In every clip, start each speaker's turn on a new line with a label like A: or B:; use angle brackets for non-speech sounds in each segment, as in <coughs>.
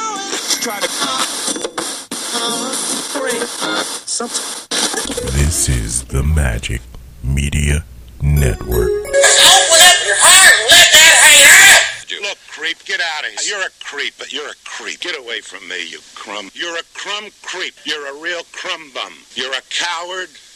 A: try to break something.
B: This is the Magic Media Network.
C: Open up your heart and let that hate out.
D: Look, creep, get out of here. You're a creep. You're a creep. Get away from me, you crumb. You're a crumb creep. You're a real crumb bum. You're a coward.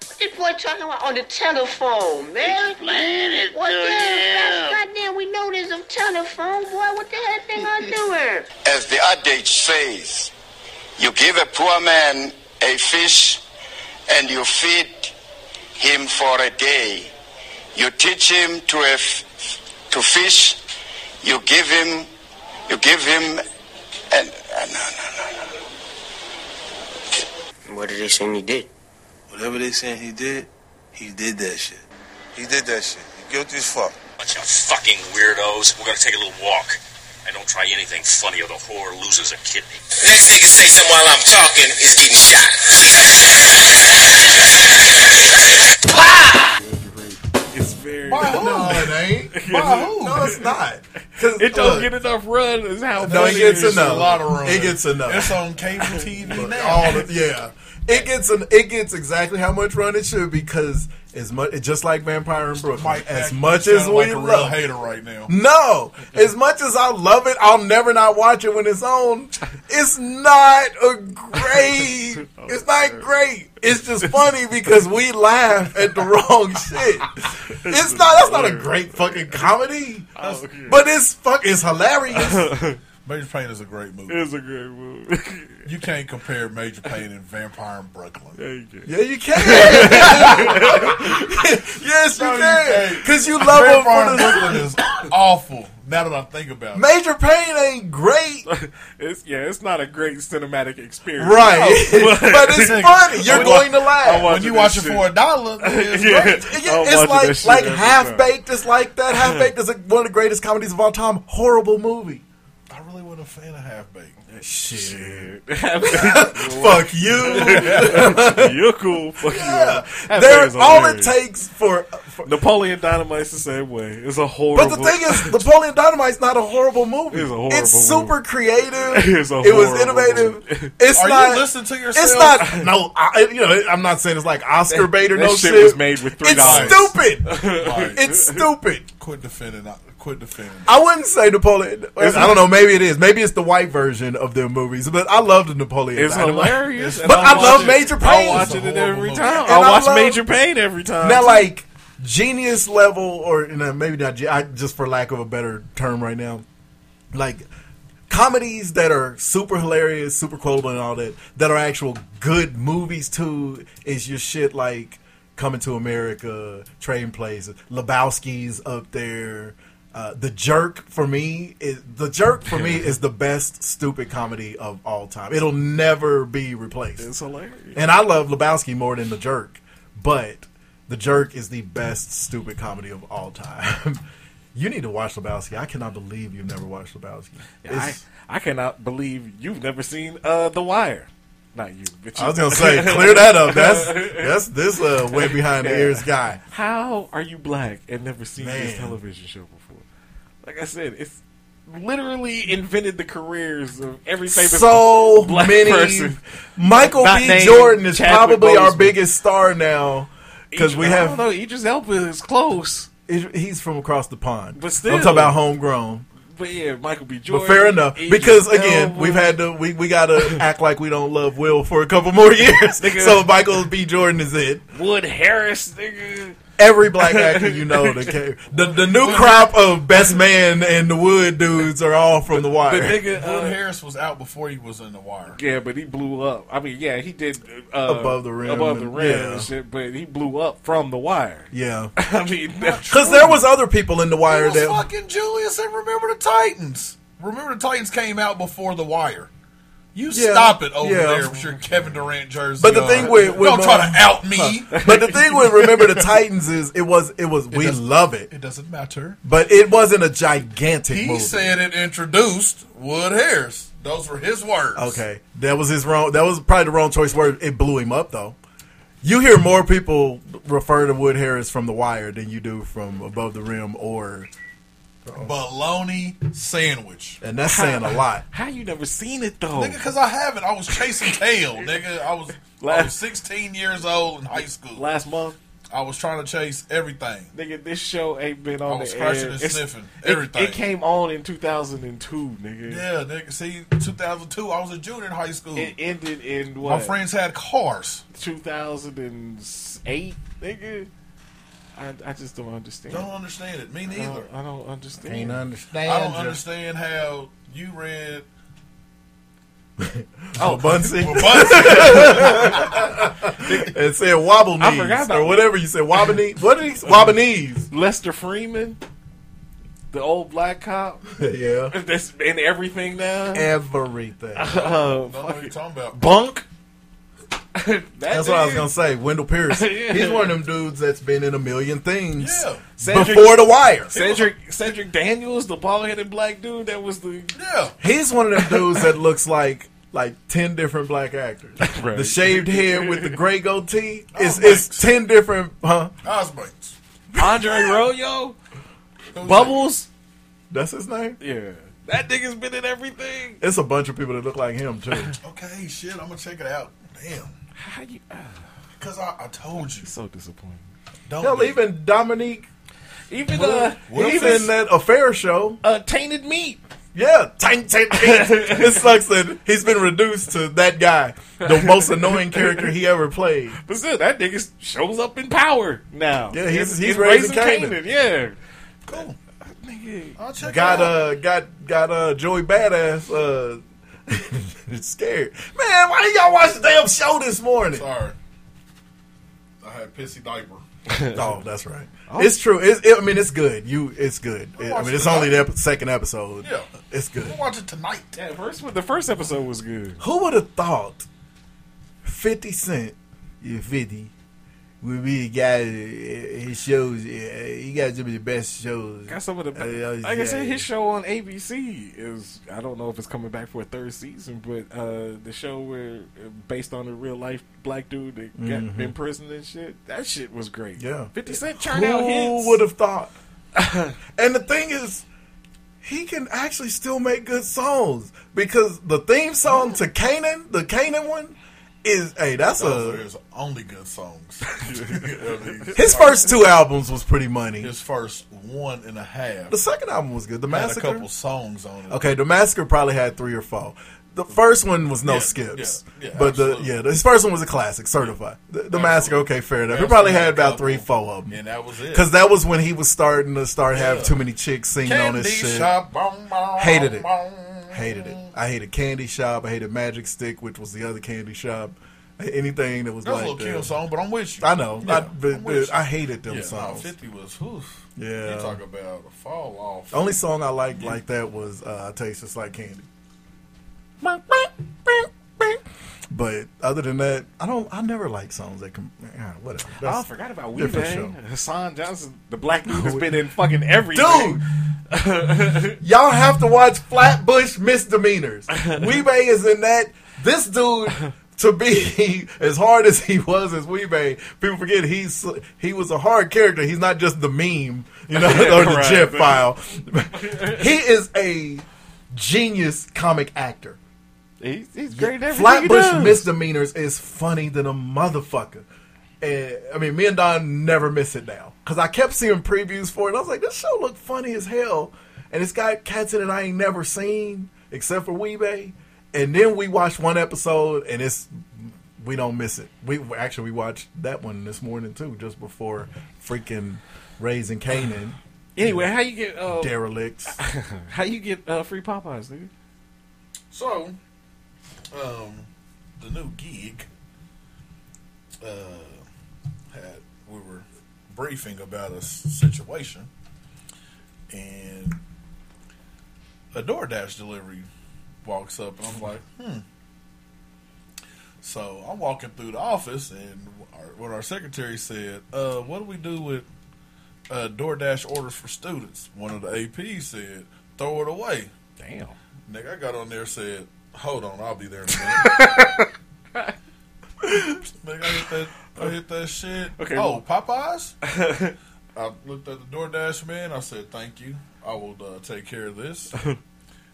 E: What this boy talking about on the telephone, man? What the hell? Goddamn, we know there's a telephone, boy. What the hell thing I doing?
F: As the adage says, you give a poor man a fish and you feed him for a day. You teach him to, a f- to fish, you give him, you give him, and, and no, no, no.
E: What did they say you did?
G: Whatever they saying he did, he did that shit. He did that shit. He guilty as fuck.
C: Bunch of fucking weirdos. We're gonna take a little walk. And don't try anything funny or the whore loses a kidney. Next thing you think while I'm talking is getting shot.
B: It's very.
H: By who?
B: No,
H: it ain't. By who?
G: No, it's not. 'Cause,
H: It don't
G: look,
H: get enough run. Is how
G: No, it
H: bullies
G: gets
H: is.
G: enough.
H: A lot of run.
G: It gets enough.
H: It's on cable TV now.
G: All the, yeah, it gets an, it gets exactly how much run it should because as much just like Vampire in Brooklyn,
H: Mike
G: as
H: Patton
G: much
H: sound
G: as we
H: like a real
G: love.
H: hater right now.
G: No, as much as I love it, I'll never not watch it when it's on. It's not a great. It's not great. It's just funny because we laugh at the wrong <laughs> shit. It's not. That's not a great fucking comedy. But it's fuck. It's hilarious.
H: Major Pain is a great movie.
B: it's a great movie.
H: You can't compare Major Pain and Vampire in
B: <laughs>
H: Brooklyn.
B: Thank you.
G: Yeah, you can. <laughs> yes, you
H: No, you
G: can.
H: can't.
G: Because you love him
H: Vampire
G: for
H: in
G: the.
H: Brooklyn is awful. Now that I think about it,
G: Major Pain ain't great,
B: It's yeah. It's not a great cinematic experience.
G: right? <laughs> but it's funny. You're going to
B: I
G: laugh.
B: watch
H: when you
B: that
H: watch it
B: shit.
H: for a dollar, it's
B: Yeah.
H: great.
G: It-
B: I'm watching that
G: it's
B: shit
G: like like
B: every
G: half
B: time.
G: baked. It's like that. Half baked is like one of the greatest comedies of all time. Horrible movie.
H: I really wasn't a fan of Half Baked.
G: Shit. Fuck
B: <laughs>
G: you.
B: You're cool. Fuck
G: Yeah.
B: you. That thing
G: There,
B: is
G: all it
B: hilarious.
G: takes for, for
B: Napoleon Dynamite's the same way. It's a horrible.
G: But the thing is, Napoleon Dynamite's not a horrible movie. It's,
B: It's a horrible
G: super
B: movie. <laughs>
G: creative.
B: It's a
G: it was
B: horrible
G: innovative.
B: movie.
G: It's
H: Are
G: not.
H: you listening to yourself?
G: it's not.
B: <laughs>
G: No, I, you know, I'm not saying it's like Oscar bait or
B: that
G: no
B: shit
G: shit.
B: was made with three dollars. <laughs>
G: It's stupid.
H: Like,
G: it's stupid.
H: <laughs> quit defending. uh, Quit defending.
G: I wouldn't say Napoleon. I
B: It's-
G: don't know. Maybe it is. Maybe it's the white version of their movies. But I love the Napoleon.
B: It's
G: Dynamite.
B: hilarious. and
G: But I
B: watch
G: love
B: it.
G: Major
B: I
G: Payne.
B: watch it
H: It's a
B: every
H: horrible
B: time.
G: movie.
B: I
G: And I
B: watch
G: love-
B: Major Pain every time.
G: Now,
B: too.
G: like genius level, or you know, maybe not. ge- I, just for lack of a better term, right now, like comedies that are super hilarious, super quotable, and all that. That are actual good movies too. Is your shit like Coming to America, Train Plays, Lebowski's up there. Uh, the jerk for me is the jerk for me is the best stupid comedy of all time. It'll never be replaced.
B: it's hilarious.
G: And I love Lebowski more than The Jerk, but The Jerk is the best stupid comedy of all time. <laughs> you need to watch Lebowski. I cannot believe you've never watched Lebowski.
B: I,
G: It's-
B: I cannot believe you've never seen uh, The Wire. Not you, but you.
G: I was gonna
B: <laughs>
G: say, clear that up. That's that's this uh, way behind the ears guy.
B: How are you black and never seen this
G: Man.
B: television show before? Like I said, it's literally invented the careers of every famous
G: So
B: black
G: many.
B: person.
G: Michael
B: Not
G: B.
B: named
G: Jordan is
B: Chadwick
G: probably our
B: Boseman.
G: biggest star now because
B: Idris-
G: we
B: I don't
G: have
B: know. Idris Elba is close.
G: he's from across the pond.
B: But
G: I'm
B: still.
G: talking about homegrown.
B: But yeah, Michael B. Jordan.
G: But fair enough,
B: Idris
G: because again,
B: Elba.
G: we've had to we, we gotta act like we don't love Will for a couple more years.
B: Nigga.
G: so Michael B. Jordan is it.
B: Wood Harris, nigga.
G: Every black actor you know, that came- the the new crop of Best Man and the Wood dudes are all from The <laughs> Wire.
H: Will Harris was out before he was in The Wire.
B: uh, Yeah, but he blew up. I mean, yeah, he did uh,
G: Above the Rim
B: above the
G: and-
B: rim,
G: yeah.
B: and shit. But he blew up from the wire. <laughs>
G: yeah,
B: I mean,
G: because there was other people in The
H: It
G: Wire
H: was
G: that
H: fucking Julius and Remember the Titans. Remember the Titans came out before The Wire. You
G: Yeah.
H: stop it over
G: Yeah.
H: there with your Kevin Durant jersey.
G: But the
H: on.
G: thing with, with
H: don't try to out me.
G: But the thing with remember the Titans is it was it was we
H: doesn't-
G: love it,
H: It doesn't matter.
G: but it wasn't a gigantic
H: He
G: movie.
H: said it introduced Wood Harris. Those were his words.
G: Okay, that was his wrong. That was probably the wrong choice. Word. It blew him up though. You hear more people refer to Wood Harris from The Wire than you do from Above the Rim, or
H: Bologna sandwich.
G: and that's saying a lot.
B: <laughs> How you never seen it though?
H: Nigga, because I haven't. I was chasing tail, nigga. I was, I was 16 years old in high school.
B: Last month,
H: I was trying to chase everything.
B: nigga, this show ain't been on
H: I was
B: the air.
H: scratching and
B: It's-
H: sniffing
B: it-
H: everything.
B: It, came on in 2002, nigga.
H: Yeah, nigga. See, 2002, I was a junior in high school.
B: It ended in what?
H: My friends had cars.
B: 2008, nigga. I, I just don't understand.
H: Don't understand it. Me
B: I don't-
H: neither.
B: I don't understand.
G: understand.
H: I don't understand how you read. <laughs>
G: Oh, Bunsey. and said wobble
B: I forgot
G: knees
B: about
G: or whatever you said. Wobble knees. What did he? Wobble
B: <laughs>
G: knees.
B: Lester Freeman, the old black cop, <laughs>
G: yeah.
B: that's in everything now.
G: Everything.
B: Uh,
H: Don't know what you're talking about.
B: Bunk. <laughs>
G: That's what I was gonna say. Wendell Pierce.
B: Yeah.
G: He's one of them dudes that's been in a million things
H: Yeah.
B: Cedric-
G: before the wire.
B: Cedric Cedric Daniels, the bald headed black dude that was the
H: Yeah.
G: He's one of them dudes that looks like like ten different black actors.
B: Right.
G: The shaved head with the gray goatee
H: <laughs>
G: is
H: Oh,
G: is
H: thanks.
G: ten different. Huh?
H: Osmonds.
B: Andre Royo,
H: Who's
B: Bubbles.
G: That's his name.
B: Yeah, that nigga's been in everything.
G: It's a bunch of people that look like him too.
H: that? Okay, shit. I'm gonna check it out. Damn.
B: How you? ah,
H: Cause I, I told you.
B: so disappointing.
H: <laughs> Don't
G: Hell,
H: do it.
G: even Dominique,
B: Even
H: Well,
B: uh,
H: well,
G: even that affair show.
B: uh, tainted meat.
G: Yeah, tank
H: <laughs>
G: tank. tank. it sucks that he's been reduced to that guy, the most annoying character he ever played.
B: But still, that nigga shows up in power now.
G: Yeah, he's-
B: It's-
G: he's
B: it's
G: raising Kanan.
B: Yeah,
H: Cool.
B: nigga.
H: <laughs> I'll check
G: got
H: it out.
G: uh got got uh Joey Badass uh <laughs> scared. Man, why did y'all watch the damn show this morning?
H: Sorry. I had pissy diaper.
G: <laughs> Oh, that's right. It's true. It's, it, I mean, it's good. You, it's good. It- I mean, it's only the ep- second episode.
H: Yeah.
G: it's good.
H: We'll watch it tonight.
B: Yeah, first one- the first episode was good.
G: Who would have thought Fifty Cent, yeah, Fifty, would be a guy? uh, His shows, uh, he got some of the best shows.
B: Got some of the
G: Uh, yeah,
B: like I said,
G: yeah.
B: his show on ABC is I don't know if it's coming back for a third season, but uh, the show where uh, based on a real life black dude that got in prison and shit, that shit was great.
G: Mm-hmm. Yeah.
B: Fifty Cent churned out hits.
G: Who would have
B: <laughs>
G: thought? and the thing is, he can actually still make good songs because the theme song to Canaan, the Canaan one, is hey, that's
B: Oh,
H: Those are
G: a
H: his only
G: <laughs>
H: good songs. <laughs>
G: his first two albums was pretty money.
H: his first one and a half
G: The second album was good. The
H: had a
G: Massacre.
H: couple songs on it.
G: Okay, the Massacre probably had three or four. The first one was no
H: Yeah,
G: skips,
H: yeah, yeah,
G: but
H: absolutely.
G: the yeah, the- his first one was a classic, certified. The, the Massacre, okay, fair enough. It probably had about three, four of them.
H: and that was it.
G: Because that was when he was starting to start have
H: Yeah.
G: too many chicks singing on his shit.
H: shop, bong, bong,
G: Hated it.
H: bong.
G: Hated it. I hated Candy Shop. I hated Magic Stick, which was the other candy shop. Anything that was
H: That was a
G: like
H: little kill
G: that.
H: song, but I'm with you.
G: I know. I,
H: Yeah,
G: but,
H: I'm
G: but
H: with you.
G: I hated them
H: yeah,
G: songs.
H: nah, Fifty was oof.
G: Yeah.
H: You talk about a fall off.
G: Only song I liked like that was uh, "Tastes Just Like Candy." But other than that, I don't. I never like songs that can. Yeah, whatever.
B: Oh, I
G: That's-
B: forgot about Weave.
G: different show.
B: Hassan Johnson, the black dude has been in fucking everything.
G: Dude,
B: <laughs>
G: y'all have to watch Flatbush Misdemeanors. Weebay is in that. This dude, to be <laughs> as hard as he was as Weebay, people forget he's he was a hard character. He's not just the meme, you
B: <laughs>
G: know, <laughs> or the
B: Right.
G: GIF file. he is a genius comic actor.
B: he's, he's great. at everything he
G: Flatbush
B: does.
G: Misdemeanors is funny than a motherfucker. And, I mean, me and Don never miss it now because I kept seeing previews for it. And I was like, this show looked funny as hell. and it's got cats in it I ain't never seen except for Weebay. And then we watched one episode, and it's we don't miss it. We actually we watched that one this morning too, just before freaking raising Canaan.
B: Anyway, how you get uh,
G: derelicts?
B: how you get uh, free Popeyes, nigga?
H: So, um, the new gig uh, had we were briefing about a s- situation, and a DoorDash delivery walks up, and I'm like, hmm. So I'm walking through the office, and our, what our secretary said, uh, "What do we do with uh, DoorDash orders for students?" One of the APs said, "Throw it away."
B: Damn.
H: Nigga, I got on there and said, "Hold on, I'll be there." In a minute. Nigga, I hit that. I hit that shit.
B: Okay,
H: Oh, Popeyes. I looked at the DoorDash man. I said, "Thank you. I will uh, take care of this."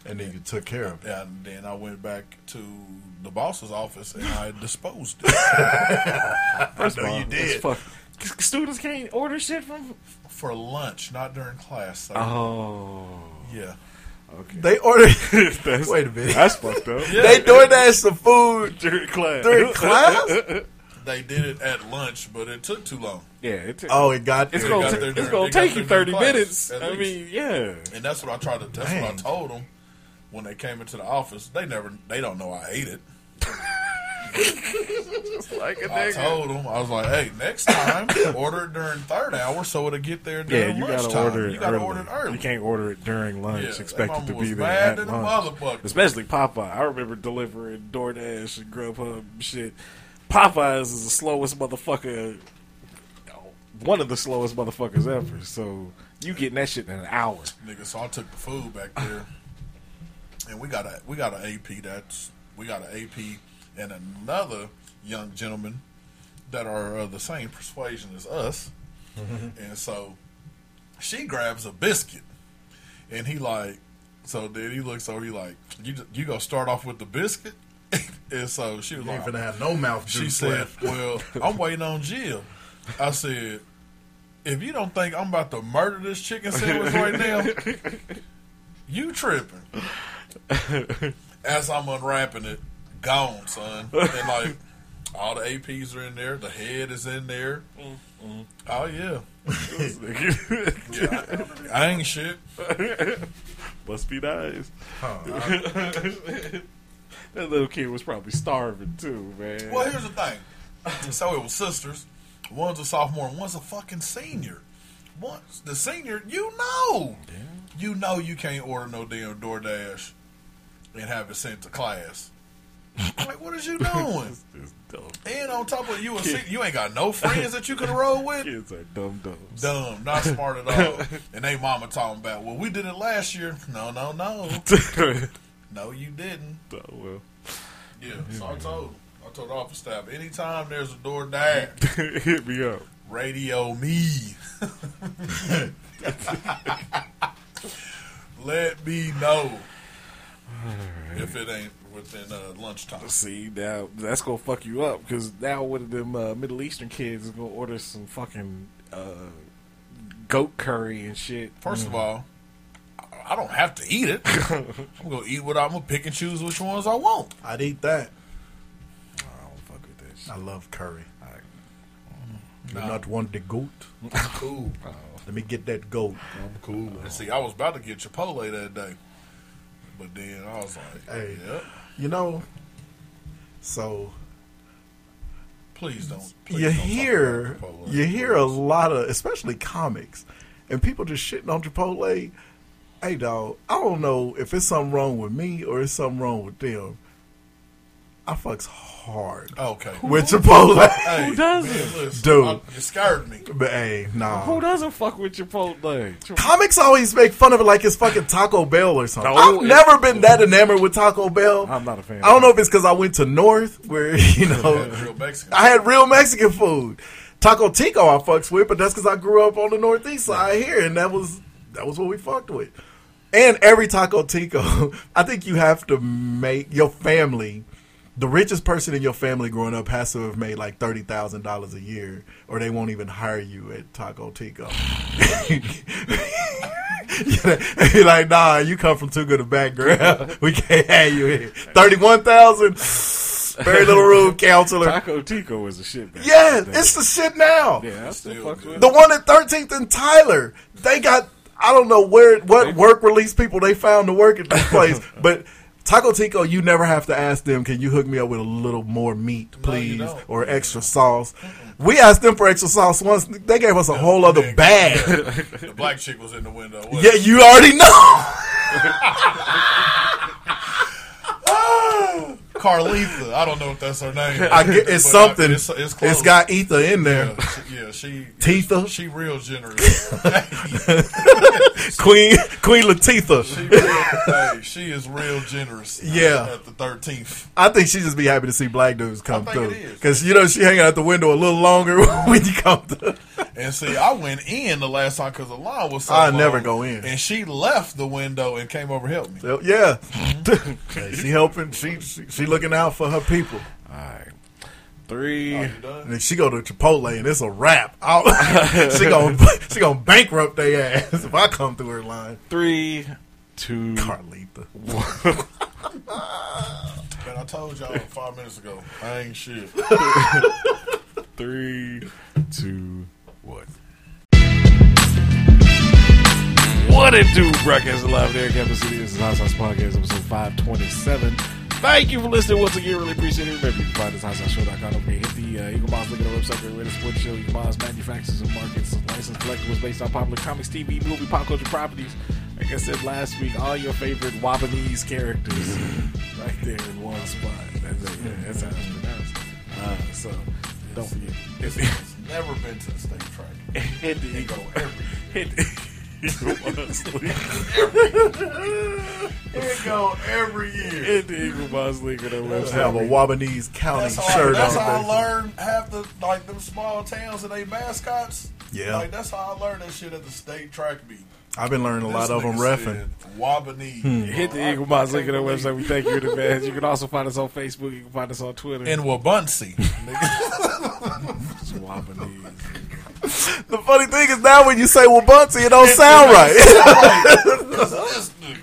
G: And then you took care of it.
H: And then I went back to the boss's office and I disposed of it.
B: First of all, it's fuck- Students can't order shit from
H: for lunch, not during class. sir.
B: Oh.
H: yeah.
B: Okay.
G: They ordered.
B: <laughs> That's-
G: wait a minute.
B: that's fucked up.
H: Yeah.
G: They DoorDash the food
B: during class.
G: During
B: <laughs>
G: class?
H: They did it at lunch, but it took too long.
B: Yeah, it took.
G: Oh, it got
B: It's
G: there.
H: They
B: gonna
H: got
B: ta-
H: there
B: it's
H: during-
B: gonna
H: they got
B: take
H: there during
B: you 30
H: class,
B: minutes.
H: at
B: I
H: least.
B: mean, yeah.
H: And that's what I tried to. That's
G: Dang.
H: what I told them when they came into the office. They never. They don't know I ate it.
B: Just <laughs> like a
H: I
B: nigga.
H: told them I was like, "Hey, next
B: <coughs>
H: time order it during third hour, so it'll get there
B: Yeah,
H: during
B: you gotta
H: lunchtime.
B: order it
H: you gotta
B: early.
H: order it early."
B: You can't order it during lunch.
H: Yeah, that
B: expect it to
H: mama
B: be
H: was
B: there
H: mad
B: at
H: than a
B: lunch.
H: motherfucker.
B: Especially Popeye. I remember delivering DoorDash and Grubhub and shit. Popeyes is the slowest motherfucker. One of the slowest motherfuckers ever. So you getting that shit in an hour.
H: Nigga, so I took the food back there, and we got a we got an AP that's we got an AP and another young gentleman that are of the same persuasion as us,
G: Mm-hmm.
H: and so she grabs a biscuit, and he like so then he looks over he like you ju- you gonna start off with the biscuit, <laughs> and so she was
G: You ain't
H: like
G: finna have no mouth
H: she
G: juice
H: said,
G: left.
H: "Well, I'm waiting on Jill." I said, "If you don't think I'm about to murder this chicken sandwich right now, you tripping." As I'm unwrapping it, gone, son. And like all the APs are in there, the head is in there. Oh yeah, <laughs> yeah. I, I ain't shit.
B: Must be nice. <laughs> that little kid was probably starving too, man.
H: Well, here's the thing. So it was sisters. One's a sophomore, and one's a fucking senior. One's the senior, you know, you know, you can't order no damn DoorDash and have it sent to class. like, what is you doing?
B: It's- it's dumb.
H: and on top of it, you a sen- you ain't got no friends that you could roll with.
B: Kids are dumb dumbs.
H: Dumb, not smart at all. and they mama talking about, well, we did it last year. No, no, no, no, you didn't.
B: <laughs> Oh, well. <laughs>
H: Yeah, so I told him. I told the office staff, anytime there's a DoorDash.
B: Hit me up.
H: Radio me. <laughs> Let me know if it ain't within uh, lunchtime.
B: See now that's gonna fuck you up because now one of them uh, Middle Eastern kids is gonna order some fucking uh, goat curry and shit.
H: First
G: Mm-hmm.
H: of all, I- I don't have to
G: <laughs>
H: eat it. I'm gonna eat what I'm gonna pick and choose which ones I want.
G: I'd eat that.
B: I don't fuck with that shit.
G: I love curry.
B: I-
G: Do not want the goat.
H: <laughs> Cool.
G: <laughs> Let me get that goat.
H: I'm cool. And see, I was about to get Chipotle that day, but then I was like,
G: Hey.
H: yep,
G: You know. So
H: please don't." Please
G: you
H: don't talk
G: hear
H: about Chipotle.
G: you hear a lot of especially comics and people just shitting on Chipotle. Hey dog, I don't know if it's something wrong with me or it's something wrong with them. I fucks hard
H: Okay.
G: with Chipotle.
H: Hey,
B: Who does
H: man,
B: it?
H: listen,
G: Dude.
H: I- You scared me.
G: <laughs> But hey, nah.
B: Who doesn't fuck with Um, Chipotle? Chip-
G: Comics always make fun of it like it's fucking Taco Bell or something.
B: No,
G: I've
B: it-
G: never been that enamored with Taco Bell.
B: I'm not a fan.
G: I don't know if it's because I went to North where <laughs> you know
H: Real Mexican.
G: I had real Mexican food. Taco Tico I fucks with, but that's because I grew up on the Northeast side here, and that was that was what we fucked with. And every Taco Tico, <laughs> I think you have to make your family. The richest person in your family growing up has to have made like thirty thousand dollars a <laughs> year, or they won't even hire you at Taco Tico. he like, nah, you come from too good a background. <laughs> We can't have you here. Thirty one thousand. Very little room counselor.
B: Taco Tico is a shit. back
G: Yeah,
B: in the day.
G: it's the shit now.
B: yeah, I still fuck with
G: The one at 13th and Tyler, they got I don't know where what work release people they found to work at this
H: <laughs>
G: place, but Taco Tico, you never have to ask them. Can you hook me up with a little more meat, please, or extra sauce? We asked them for extra sauce once. They gave us a whole other
H: <laughs>
G: bag.
H: the black chick was in the window. wasn't
G: yeah, you already
H: <laughs>
G: know.
H: Carlitha. I don't know if that's her name.
G: I get, it's
H: But I-
G: something.
H: it's, it's close.
G: it's got ether in there.
H: Yeah, she.
G: Teetha?
H: She real generous.
G: <laughs> Queen <laughs> Queen Latifah.
H: she, real, hey, she is real generous.
G: Yeah.
H: At the thirteenth.
G: I think she just be happy to see black dudes come
H: think it
G: through because you know she hanging out the window a little longer <laughs> when you come through.
H: And see, I went in the last time because the line was so
G: I
H: long,
G: never go in.
H: And she left the window and came over and helped me.
G: So, yeah, Hey, <laughs>
H: Mm-hmm.
G: she helping. She, she she looking out for her people.
B: All right, three.
G: And if she go to Chipotle and it's a wrap, <laughs> I'll, she gonna <laughs> she gonna bankrupt their ass if I come through her line.
B: Three, two,
G: Carlita.
H: And I told y'all five minutes ago, I ain't shit.
B: Three, two, one. What it do, broadcast live there, Capital City. This is Hot Sauce Podcast, episode 527. Thank you for listening once again. Really appreciate it. Remember, you can find us at HotSauceShow.com. Don't forget, hit the uh, Eagle Moss link on our website. We're a sports show. Eagle Moss manufactures and markets licensed collectibles based on popular comics, TV, movie, pop culture properties. Like I said last week, all your favorite Wabanese characters <laughs> right there in one spot. That's, it. Yeah, that's how it's pronounced. Uh, so, don't forget. It's-
H: Never been to the state track.
B: Hit the ego. Hit the Eagle Moss League.
H: It go every year.
B: Hit the Eagle Moss League on our
G: Let's
B: website.
G: have a Wabanese County
H: That's how,
G: shirt
H: that's
G: on.
H: how I learned half the like them small towns and they mascots.
G: Yeah.
H: like that's how I learned that shit at the state track meet.
G: I've been learning a lot of them
H: Reference
G: reffing. Hmm.
H: Wabanese.
B: Hit the Eagle Moss link on our website. We thank you in advance. You can also find us on Facebook. You can find us on Twitter.
H: in Wabunsee.
B: Wabanese.
G: The funny thing is now when you say Wabanti, it don't
H: <laughs>
G: sound right. <laughs>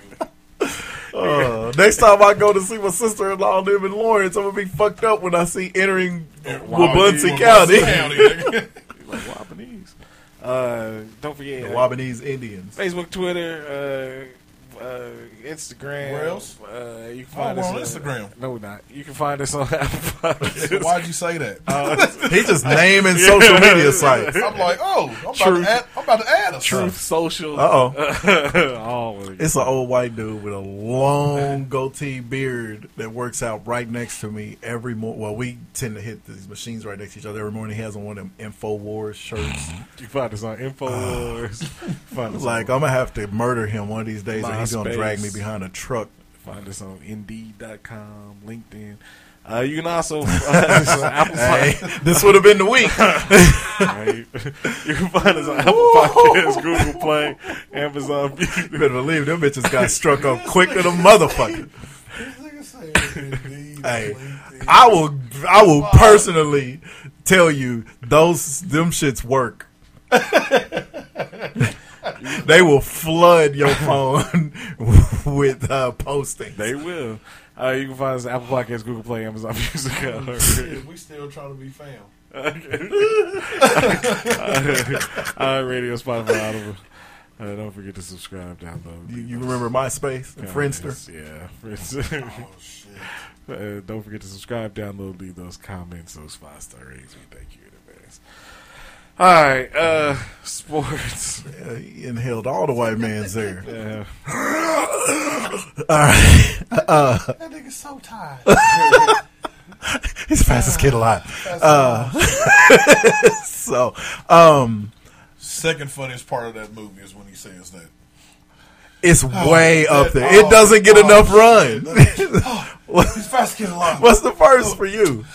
G: Uh, <laughs> next time I go to see my sister in law live in Lawrence, I'm gonna be fucked up when I see entering Wabanti County.
B: Like Wabanese. Uh, don't forget.
G: The <laughs> Wabanese Indians.
B: Facebook, Twitter, uh, uh, Instagram.
H: Where else?
B: Uh, you can
H: Oh,
B: find
H: we're
B: us
H: on Instagram.
B: No, we're not. You can find us on <laughs> Apple Podcasts.
H: Why'd you say that?
G: He just naming social media sites.
H: Uh, I'm like, oh, I'm about,
B: Truth.
H: to add, I'm about to add us.
B: <laughs> Truth Social. <laughs>
G: Uh oh.
B: All of it.
G: It's an old white dude with a long goatee beard that works out right next to me every morning. Well, we tend to hit these machines right next to each other every morning. He has on one of them InfoWars shirts.
B: You can find us on InfoWars. find us
G: like,
B: on,
G: I'm going to have to murder him one of these days, and he's going to
B: MySpace.
G: drag me behind a truck.
B: find us on Indeed.com, LinkedIn. Uh, you can also find
G: <laughs>
B: us on Apple
G: Hey,
B: Podcasts.
G: this would have been the week.
B: right? You can find us on Apple Podcasts, Google Play, Amazon Music.
G: You better believe them bitches got struck up quick than a motherfucker. Hey, I will, I will personally tell you those them shits work. they will flood your phone <laughs> with uh, posting.
B: They will. Uh, you can find us on Apple Podcasts, Google Play, Amazon Music. Uh,
G: <laughs>
H: we still trying to be found.
B: <laughs> uh, radio, Spotify, Audible. Uh, don't forget to subscribe, download.
G: You, you remember MySpace and Friendster?
B: Yeah, Friendster. <laughs>
H: Oh shit!
B: Uh, don't forget to subscribe, download, leave those comments, those five star ratings. We thank you in advance. All right, uh, sports. <laughs>
G: Yeah, he inhaled all the white man's air.
B: Uh,
H: That nigga's so tired.
G: <laughs> He's the fastest kid alive. Uh, <laughs> so, um,
H: Second funniest part of that movie is when he says that.
G: It's way up there.
H: oh,
G: it doesn't get
H: oh,
G: enough <laughs>
H: shit.
G: run.
H: Oh, He's fast kid alive.
G: What's the first for you?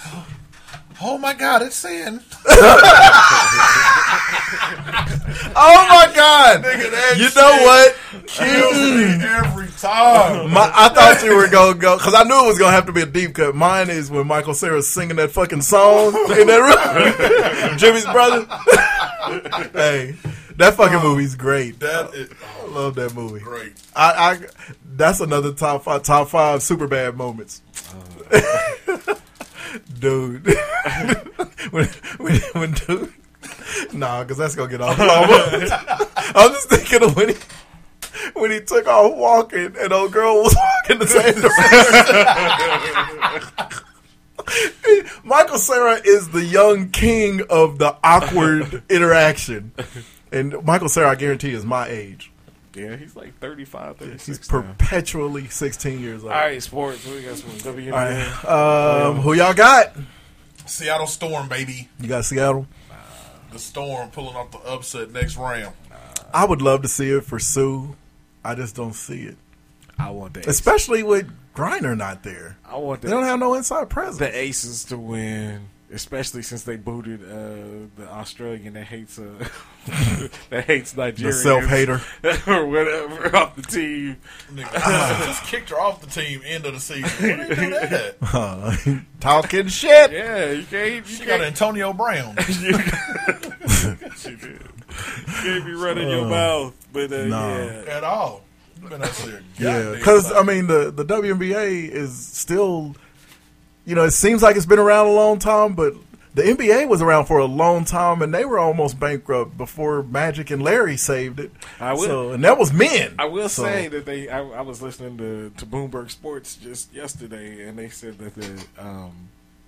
H: Oh my god, it's sin.
G: Oh my god!
H: that
G: You know what? Mm.
H: Kills me every <laughs> time.
G: My, I thought you were gonna go because I knew it was gonna have to be a deep cut. Mine is when Michael Sarah's singing that fucking song in that <laughs> room, Jimmy's brother. hey, that fucking movie's great.
H: That is, oh,
G: Love that movie.
H: Great.
G: I, I that's another top five top five super bad moments. <laughs> dude. <laughs> when, when, when dude Nah, cause that's gonna get off. <laughs> I'm just thinking of when he when he took off walking and old girl was walking the same direction. <laughs> Michael Sarah is the young king of the awkward interaction. And Michael Sarah, I guarantee, is my age.
B: Yeah, he's like 35, 36.
G: He's perpetually 16 years
B: All
G: old.
B: right, sports. Who we got sports? WNBA.
G: All right. Um, who y'all got?
H: Seattle Storm, baby.
G: You got Seattle?
H: The Storm pulling off the upset next round.
G: I would love to see it for Sue. I just don't see it.
B: I want that.
G: Especially with Griner not there.
B: I want
G: They don't have no inside presence.
B: The Aces to win, especially since they booted uh, the Australian that hates uh, <laughs> that hates Nigerians,
G: self-hater.
B: <laughs> or whatever <laughs> off the team.
H: Nigga, <laughs> just kicked her off the team end of the season. What do that?
B: <laughs>
G: Talking shit.
B: Yeah, you can't. You
H: She got
B: can't,
H: Antonio Brown.
B: she did. You can't be running your
G: Uh,
B: mouth, but uh,
G: nah.
B: yeah.
H: At all. Man, I said,
G: Yeah,
H: goddamn
G: because
H: thing.
G: I mean the the WNBA is still, you know, it seems like it's been around a long time, but the NBA was around for a long time, and they were almost bankrupt before Magic and Larry saved it.
B: I will-
G: so, and that was men.
B: I will
G: So,
B: say that they. I, I was listening to, to Bloomberg Sports just yesterday, and they said that the um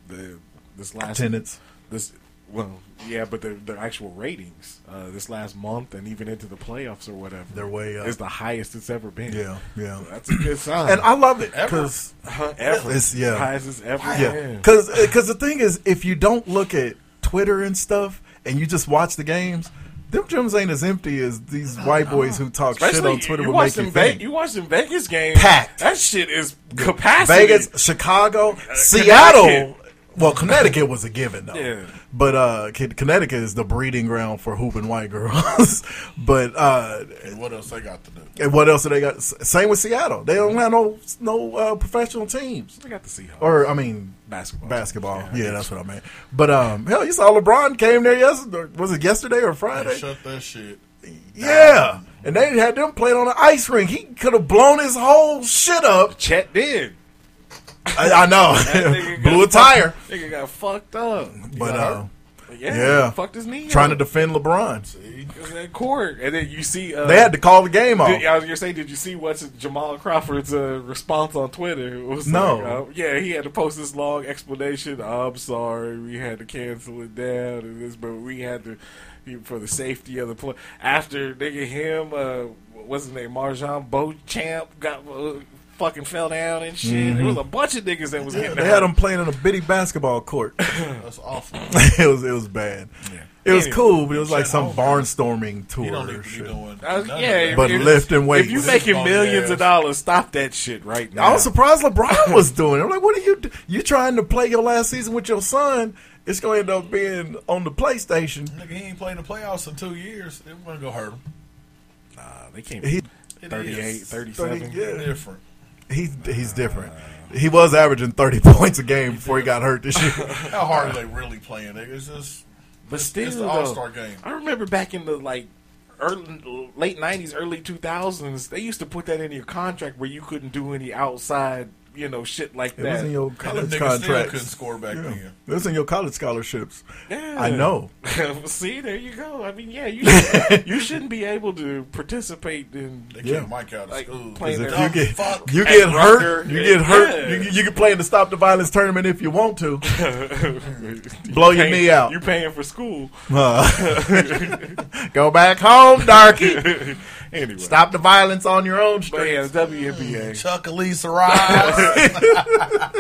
B: the this last
G: Attendance.
B: this well yeah, but their their actual ratings uh, this last month and even into the playoffs or whatever
G: They're way up.
B: is the highest it's ever been.
G: Yeah, yeah.
B: that's a good sign.
G: and I love it
H: Ever.
G: because
B: Huh, ever
G: It's- yeah.
B: highest it's ever
G: yeah,
B: been.
G: because the thing is, if you don't look at Twitter and stuff, and you just watch the games. Them gyms ain't as empty as these white boys who talk shit
B: Especially
G: on Twitter
B: you
G: would
B: watch
G: make
B: them
G: you
B: Ve-
G: think.
B: you watch them Vegas games
G: Packed.
B: That shit is capacity.
G: Vegas, Chicago, Seattle.
B: uh, Connecticut.
G: Well, Connecticut was a given though.
B: Yeah.
G: But uh, Con- Connecticut is the breeding ground for hooping white girls. <laughs> but uh,
H: And what else they got to do?
G: and what else do they got? S- Same with Seattle. They don't have no no uh, professional teams.
B: I got to see how
G: Or I mean
B: basketball.
G: basketball.
B: Yeah.
G: Yeah, that's what I meant. But um, hell, you saw LeBron came there yesterday. Was it yesterday or
H: They
G: Friday?
H: shut that shit.
G: Yeah. And they had them playing on an ice rink. He could have blown his whole shit up.
B: Chet did.
G: I, I
B: <laughs>
G: know. <laughs>
B: Nigga
G: Blew a
B: got
G: tire.
B: fucked- Nigga got fucked up.
G: But
B: got
G: uh,
B: hurt? yeah,
G: yeah.
B: fucked his knee.
G: trying to
B: up.
G: defend LeBron.
B: It was at court, and then you see uh,
G: They had to call the game off.
B: Did, I was gonna say, did you see what's Jamal Crawford's uh, response on Twitter? It was
G: No.
B: like, uh, yeah, he had to post this long explanation. I'm sorry, we had to cancel it down, and this, but we had to he- for the safety of the play. After nigga him, uh, what's his name, Marjan Beauchamp got uh, fucking fell down and shit. There was a bunch of niggas that was
G: Mm-hmm. Yeah,
B: getting
G: they had
B: hurt.
G: them playing in a bitty basketball court. <laughs>
H: That's awful.
G: it was it was bad. It was
B: Anyway,
G: cool, but it was like
H: Chet
G: some
H: Holmgren.
G: barnstorming
H: He don't
G: tour.
H: need
G: or
H: to be
G: shit.
H: doing.
B: I was-
H: none of
B: Uh, yeah,
H: that.
B: if-
G: But
B: if-
G: lifting weights.
B: If you
G: This
B: making
H: bum
B: millions
H: ass.
B: of dollars, stop that shit right now.
G: I was surprised
B: <laughs>
G: LeBron was doing. it. I'm like, what are you? Do- you trying to play your last season with your son? It's going to end up being on the PlayStation.
H: Nigga, he ain't played the playoffs in two years. It wasn't gonna hurt him.
B: Nah, they can't.
G: He
B: 38, 37.
G: 30, yeah.
H: Different.
G: He's he's different. He was averaging thirty <laughs> points a game before he got hurt this
B: <laughs>
G: year.
H: How hard are they really playing? Nigga? It's just
B: But still,
H: it's the
B: though,
H: All-Star game.
B: I remember back in the like early, late nineties, early two thousands, they used to put that in your contract where you couldn't do any outside, you know, shit like
G: It was
B: that.
G: in your
H: and them
G: college
H: niggas still couldn't
G: contracts.
H: score back
G: Yeah.
H: then.
G: It was in your college scholarships.
B: Yeah.
G: I know.
B: <laughs> See, there you go. I mean, yeah, you
G: <laughs>
B: should, you shouldn't be able to participate in.
H: They
G: Yeah.
H: kicked Mike out of
B: Like,
H: school.
B: playing
H: Dumb
B: their-
G: you get
H: fuck.
G: you
B: at
G: get hurt,
B: Oh, Rucker.
G: you get hurt.
B: Yeah.
G: You, you can play in the stop the violence tournament if you want
B: <laughs>
G: to.
B: Blow
G: <laughs> Blow your knee out.
B: You paying for school
G: Uh, <laughs> Go back home,
B: <laughs>
G: darky.
B: anyway?
G: stop the violence on your own
B: But
G: street.
B: yeah, the WNBA.
H: Chuck Elise Rise.
G: <laughs>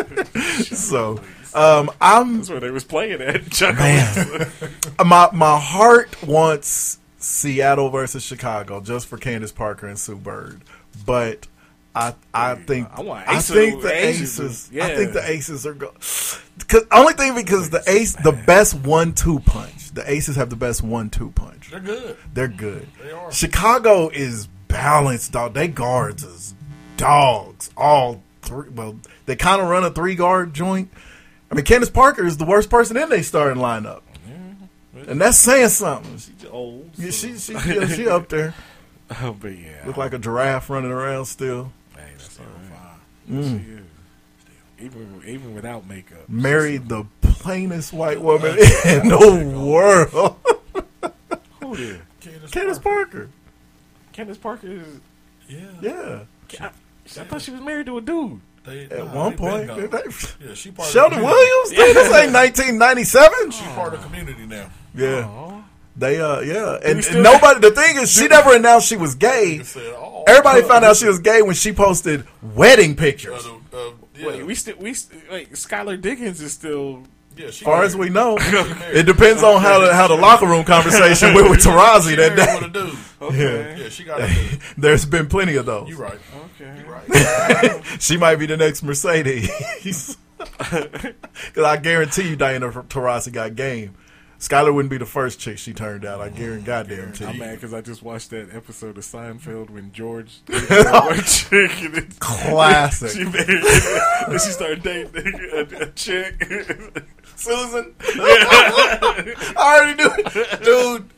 G: So, um, I'm
B: That's where they was playing at. Chuck
G: Man. my my heart wants Seattle versus Chicago just for Candace Parker and Sue Bird, but I I think
B: I want
G: I
B: Aces
G: think
B: with
G: the
B: Aces.
G: aces. I think
B: Yeah.
G: the aces are go- Cause only thing because the ace the best one two punch. The aces have the best one two punch.
H: They're good.
G: They're good.
H: They are.
G: Chicago is balanced, dog. They guards is dogs. All three. Well, they kind of run a three guard joint. I mean, Candace Parker is the worst person in their starting lineup, and that's saying something.
B: Old.
G: Yeah, she she she, she up there.
B: <laughs> Oh, but yeah.
G: Look like a giraffe running around still.
B: Hey, that's still
G: Mm.
B: fine. She is. Even even without makeup.
G: Married the plainest white woman in the world.
B: Who did?
G: Candace Parker.
B: Candace Parker is.
H: Yeah.
G: Yeah.
B: I, I thought she was married to a dude.
G: At one point,
H: gone. Oh,
G: they-
H: Yeah, she part of the
G: Sheldon
H: community.
G: Williams. Dude, this ain't 1997.
H: She part of the community now.
G: Yeah. They uh yeah,
H: we
G: and,
H: still-
G: and nobody. The thing is, she never announced she was gay. Everybody found out she was gay when she posted wedding pictures.
B: Wait, we still we st- like Skylar Dickens is still.
H: Yeah, she
G: Far as we know, it depends on how the, how the locker room conversation went with Tarazi that day.
H: Okay. Yeah, she got a dude.
G: <laughs> There's been plenty of those.
H: You right. Okay. You right.
G: <laughs> she might be the next Mercedes. <laughs> Because I guarantee you, Diana Taurasi got game. Skylar wouldn't be the first chick she turned out. I guarantee, goddamn to
B: Oh, I'm
G: you.
B: mad because I just watched that episode of Seinfeld when <laughs> George dated that one chick and then-
G: Classic.
B: <laughs> she married, <laughs> and she started dating a, a chick. <laughs>
G: Susan, <laughs> I already knew it, dude.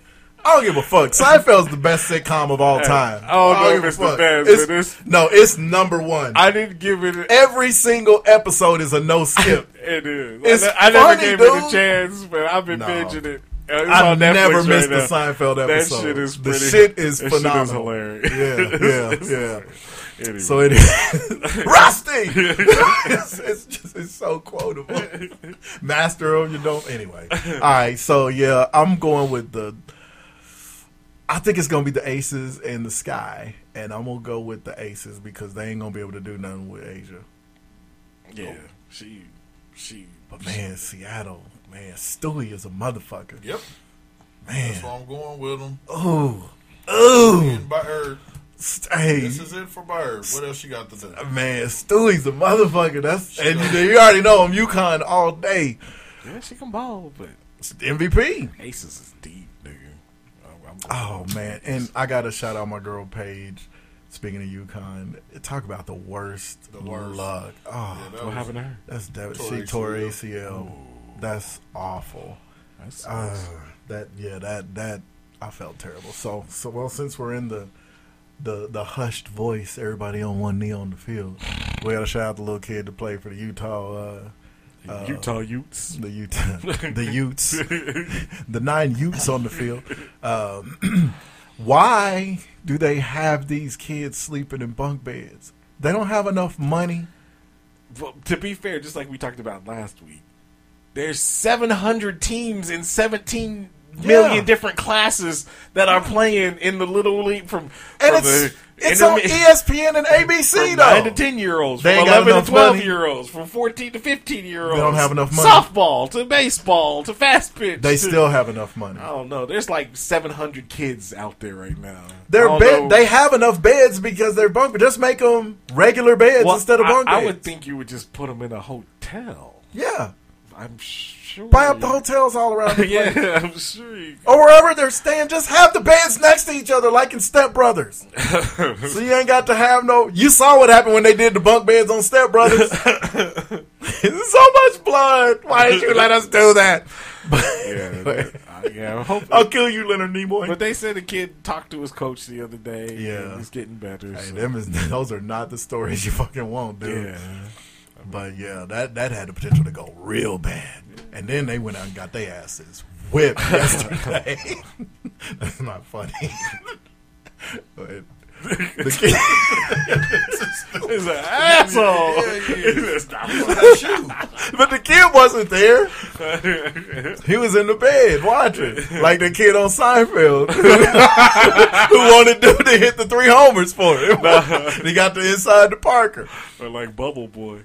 G: I don't give a fuck. Seinfeld's the best sitcom of all time.
B: I don't know
G: give
B: if
G: a
B: it's the
G: fuck.
B: best,
G: It's-
B: but it's-
G: no, it's number one.
B: I didn't give it.
G: Every single episode is a no skip.
B: <laughs> It is.
G: It's
B: uh, I, ne- I never
G: funny,
B: gave it a
G: dude.
B: chance, but I've been
G: No.
B: binging it. Uh, it's
G: I
B: on Netflix
G: never
B: right
G: missed the
B: now.
G: Seinfeld episode.
B: That shit is
G: the
B: pretty.
G: shit is
B: that
G: phenomenal.
B: hilarious. <laughs>
G: Yeah, yeah, yeah.
B: Anyway.
G: So it is. <laughs> Rusty!
B: <laughs>
G: it's, it's just it's so quotable. Master of you don't. Anyway. All right. So yeah, I'm going with the. I think it's gonna be the Aces and the Sky, and I'm gonna go with the Aces because they ain't gonna be able to do nothing with Asia.
B: Yeah, she, she.
G: But man, Seattle, man, Stewie is a motherfucker.
H: Yep.
G: Man.
H: That's why I'm going with them.
G: Ooh. Ooh.
H: And Bird.
G: Hey.
H: This is it for Bird. What else you got to do?
G: Man, Stewie's a motherfucker. That's and you, you already know I'm UConn all day.
B: Yeah, she can ball, but
G: MVP.
B: Aces is deep, nigga. I'm, I'm,
G: Oh man, and I gotta shout out my girl Paige. Speaking of UConn, talk about the worst,
H: The worst.
G: luck. Oh,
H: Yeah, that
B: what
H: was-
B: happened to her?
G: that's dev-
H: Tore
G: she
H: ACL.
G: tore ACL. That's awful.
B: That's
G: Uh, that yeah, that that I felt terrible. So so well since we're in the the the hushed voice, everybody on one knee on the field. We gotta shout out the little kid to play for the Utah uh
B: Utah Utes.
G: the Utah, <laughs> the Utes, <laughs> the nine Utes on the field. Um, <clears throat> why do they have these kids sleeping in bunk beds? They don't have enough money.
B: Well, to be fair, just like we talked about last week, there's 700 teams in 17 million
G: Yeah.
B: different classes that are playing in the little league from,
G: And
B: from
G: it's,
B: the
G: it's on
B: <laughs>
G: E
B: intermi-
G: ESPN and ABC
B: from nine to
G: though.
B: ten year olds,
G: They
B: from
G: ain't got
B: eleven to
G: enough
B: twelve
G: money.
B: year olds, from fourteen to fifteen year olds.
G: They don't have enough money.
B: Softball to baseball to fast pitch.
G: They
B: to-
G: still have enough money.
B: I don't know. There's like seven hundred kids out there right now. I
G: Their
B: don't know.
G: bed, they have enough beds because they're bunk. Just make them regular beds
B: Well,
G: instead of
B: I-
G: bunk
B: I,
G: beds.
B: would think you would just put them in a hotel.
G: yeah,
B: I'm sure.
G: buy up the
B: you-
G: hotels all around. The place.
B: <laughs> yeah, I'm sure. You, <laughs>
G: or wherever they're staying, just have the beds next to each other, like in Step Brothers. <laughs> so you ain't got to have no. You saw what happened when they did the bunk beds on Step Brothers. <laughs> so much blood. Why did you let us do <laughs> that? <laughs>
B: yeah, I, yeah. I hope.
G: I'll kill you, Leonard Nimoy.
B: But they said the kid talked to his coach the other day.
G: Yeah.
B: and he's getting better.
G: Hey,
B: so-
G: them is, <laughs> those are not the stories you fucking want, dude. <laughs>
B: yeah,
G: But yeah, that that had the potential to go real bad. And then they went out and got their asses <laughs> whipped yesterday. <laughs> That's not funny. <laughs> but the kid.
B: he's an
G: <laughs>
B: asshole. It's not
H: <laughs>
B: funny.
G: But the kid wasn't
B: <laughs>
G: there. He was in the bed watching, like the kid on
B: <laughs>
G: Seinfeld who wanted dude to hit the three homers for him. <laughs> he got the inside to
B: <laughs>
G: Parker.
B: Or like Bubble Boy.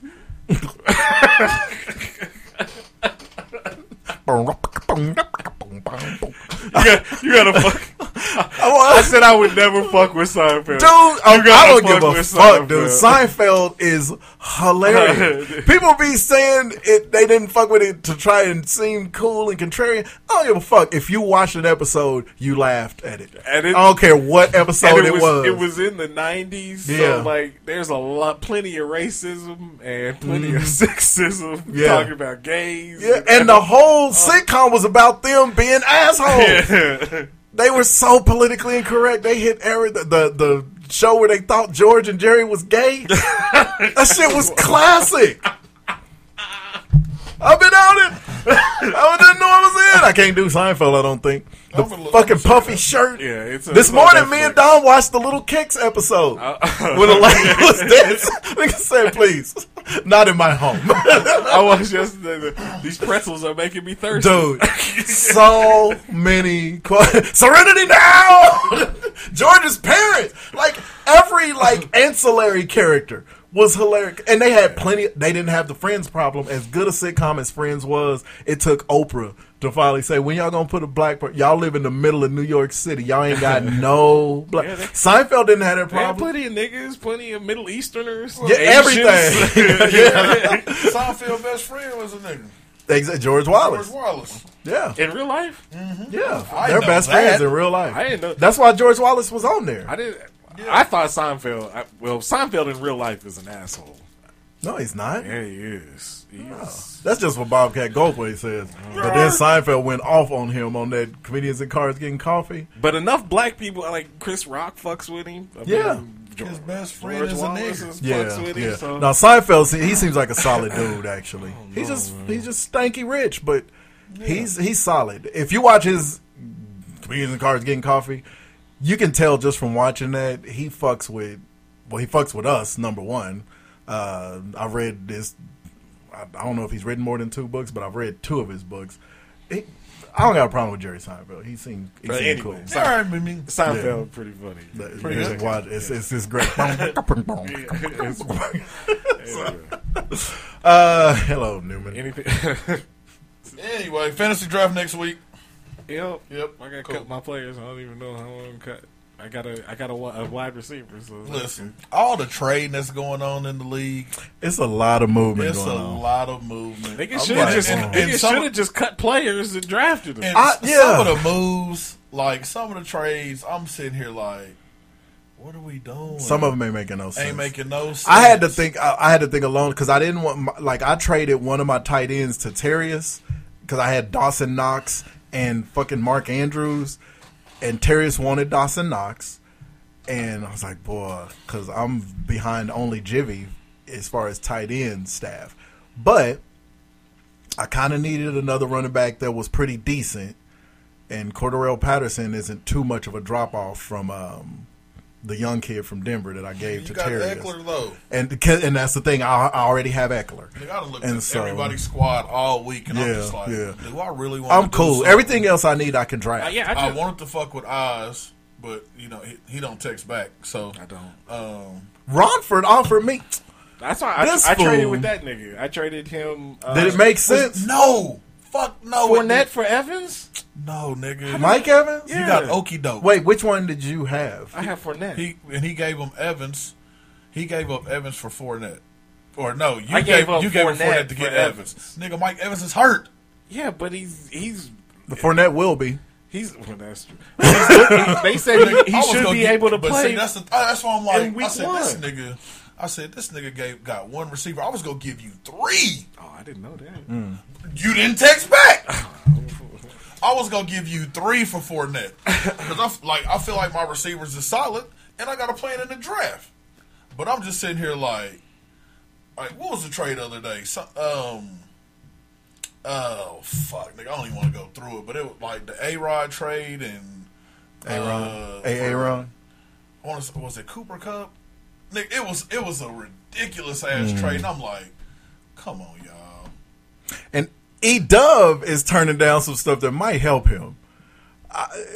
B: You got,
G: <laughs>
B: you gotta fuck. <laughs>
G: I want-
B: I said I would never fuck with Seinfeld.
G: Dude, I,
B: gotta
G: I don't
B: fuck
G: give a
B: with
G: fuck, dude.
B: Seinfeld.
G: Seinfeld is
B: <laughs>
G: hilarious. People be saying it, they didn't fuck with it to try and seem cool and contrarian. I don't give a fuck. If you watched an episode, you laughed at it.
B: And it-
G: I don't care what episode
B: And
G: it, Oh, was.
B: It was in the nineties,
G: Yeah.
B: so like there's a lot, plenty of racism and plenty of
G: <laughs>
B: sexism.
G: Mm-hmm. Yeah.
B: Talking about gays. <laughs> uh, <laughs>
G: Yeah, and the whole sitcom was about them being assholes. They were so politically incorrect. They hit Aaron the the, the show where they thought George and Jerry was
B: <laughs>
G: gay. that shit was classic. I've been out it. I didn't know I was in. I can't do Seinfeld. I don't think the fucking puffy shirt.
B: Yeah, it's
G: this morning, me and Don watched the Little Kicks episode
B: Uh, <laughs>
G: when the lady was dancing. <laughs> Nigga said, "Please, not in my home." <laughs>
B: I watched yesterday. the- These pretzels are making me thirsty.
G: Dude, so many qu- <laughs> Serenity now. <laughs> George's parents, like every like ancillary character was hilarious, and they had plenty. They didn't have the Friends problem. As good a sitcom as Friends was, it took Oprah to finally say, "When y'all gonna put a black person? Y'all live in the middle of New York City. Y'all ain't got no black." Seinfeld didn't have that
B: They had
G: problem.
B: plenty of niggas, plenty of Middle Easterners,
G: Yeah, everything. <laughs> Yeah.
H: Seinfeld best friend was a nigga.
G: Exa- George Wallace.
H: George Wallace.
G: Yeah.
B: <laughs> in real life.
G: Mm-hmm. Yeah,
H: I
G: they're
H: know
G: best
H: that.
G: friends in real life.
B: I didn't know-
G: That's why George Wallace was on there.
B: I didn't. I thought Seinfeld. I, well, Seinfeld in real life is an asshole.
G: No, he's not.
B: Yeah, he is. He is.
G: That's just what Bobcat Goldthwait says. But then Seinfeld went off on him on that comedians in cars getting coffee.
B: But enough black people like Chris Rock fucks with him. I
G: Yeah.
B: George,
H: His best friend is a nigga.
B: is
G: Yeah,
B: fucks with
G: yeah.
B: him. So. Oh,
G: Now Seinfeld, se- he seems like a solid dude. Actually, he's just he's just stanky rich, but he's he's solid. If you watch his comedians in cars getting coffee, you can tell just from watching that he fucks with well, he fucks with us. Number one, uh, I've read this. I, I don't know if he's written more than two books, but I've read two of his books. He, I don't got a problem with Jerry Seinfeld. He seemed he
B: But
G: seemed
B: anyway,
G: cool.
B: Seinfeld-
H: All right, I mean,
B: Seinfeld pretty funny.
G: But
H: pretty
G: just
H: good.
G: watch- it's, <laughs> it's this great.
H: <laughs>
B: It's- yeah.
G: uh, hello, Newman.
B: Anything? <laughs>
H: anyway, fantasy draft next week.
B: Yep.
H: Yep,
B: I gotta
H: cool.
B: cut my players. I don't even know how long cut. I got a I got a, wi- a wide receiver. So
H: Listen, all the trading that's going on in the league,
G: It's a lot of movement
H: it's a
G: going on.
H: lot of movement.
B: They
H: I'm
B: should have
H: like,
B: just
H: and-
B: niggas
H: and some-
B: shoulda just cut players and drafted them.
H: And
G: I-
H: s- some
G: yeah.
H: of the moves, like some of the trades, I'm sitting here like, what are we doing?
G: Some of them ain't making no sense.
H: ain't making no sense.
G: I had to think. I, I had to think alone because I didn't want. My, like I traded one of my tight ends to Terrius because I had Dawson Knox and fucking Mark Andrews, and Terrius wanted Dawson Knox, and I was like, boy, because I'm behind only Jivy as far as tight end staff, but I kind of needed another running back that was pretty decent, and Cordarrelle Patterson isn't too much of a drop off from. um the young kid from Denver that I gave
H: You
G: to
H: got
G: Terrius
H: Eckler low.
G: and because- and that's the thing. I, I already have Eckler,
H: Nigga, I done looked
G: and
H: at
G: so
H: everybody's squad all week, and I'm
G: Yeah,
H: just like,
G: yeah.
H: do I really want?
G: I'm cool. Everything else I need, I can draft.
B: Uh, yeah, I
H: I
B: just,
H: wanted to fuck with Oz, but you know he, he don't text back, so I don't. Um,
G: Ronford offered me.
B: that's why I,
G: This
B: I traded
G: fool.
B: with that nigga. I traded him. Uh,
G: Did it make sense?
H: no, fuck no, it
B: Fournette for Evans?
H: didn't. No, nigga,
G: Mike Evans.
H: You got Okie doke.
G: Wait, which one did you have?
B: I have Fournette.
H: he and he gave him Evans. He gave up Evans for Fournette, or no, you
B: I
H: gave,
B: gave up
H: you gave him
B: Fournette
H: Fournette to get
B: for
H: Evans. Nigga, Mike Evans is
B: <laughs>
H: hurt.
B: yeah, but he's he's
G: The Fournette will be.
B: he's. Well, that's true. He's- they said he,
H: I
B: he
H: was
B: should
H: gonna
B: be
H: get-
B: able to
H: but
B: play.
H: See, that's the, I- that's why I'm
B: in
H: like,
B: week
H: I said
B: one.
H: this nigga. I said this nigga gave got one receiver. I was gonna give you three.
B: oh, I didn't know that.
H: You didn't text back. I was gonna give you three for Fournette because I f- like I feel like my receivers is solid and I got a plan in the draft. But I'm just sitting here like, like what was the trade the other day? So, um, oh fuck, nigga, I don't even want to go through it. But it was like the A Rod trade and
G: Aaron,
H: for-
G: Aaron.
H: I wanna say- was it Cooper Cup? Nigga, it was it was a ridiculous ass
G: Mm.
H: trade. And I'm like, come on, y'all.
G: And E Dub is turning down some stuff that might help him.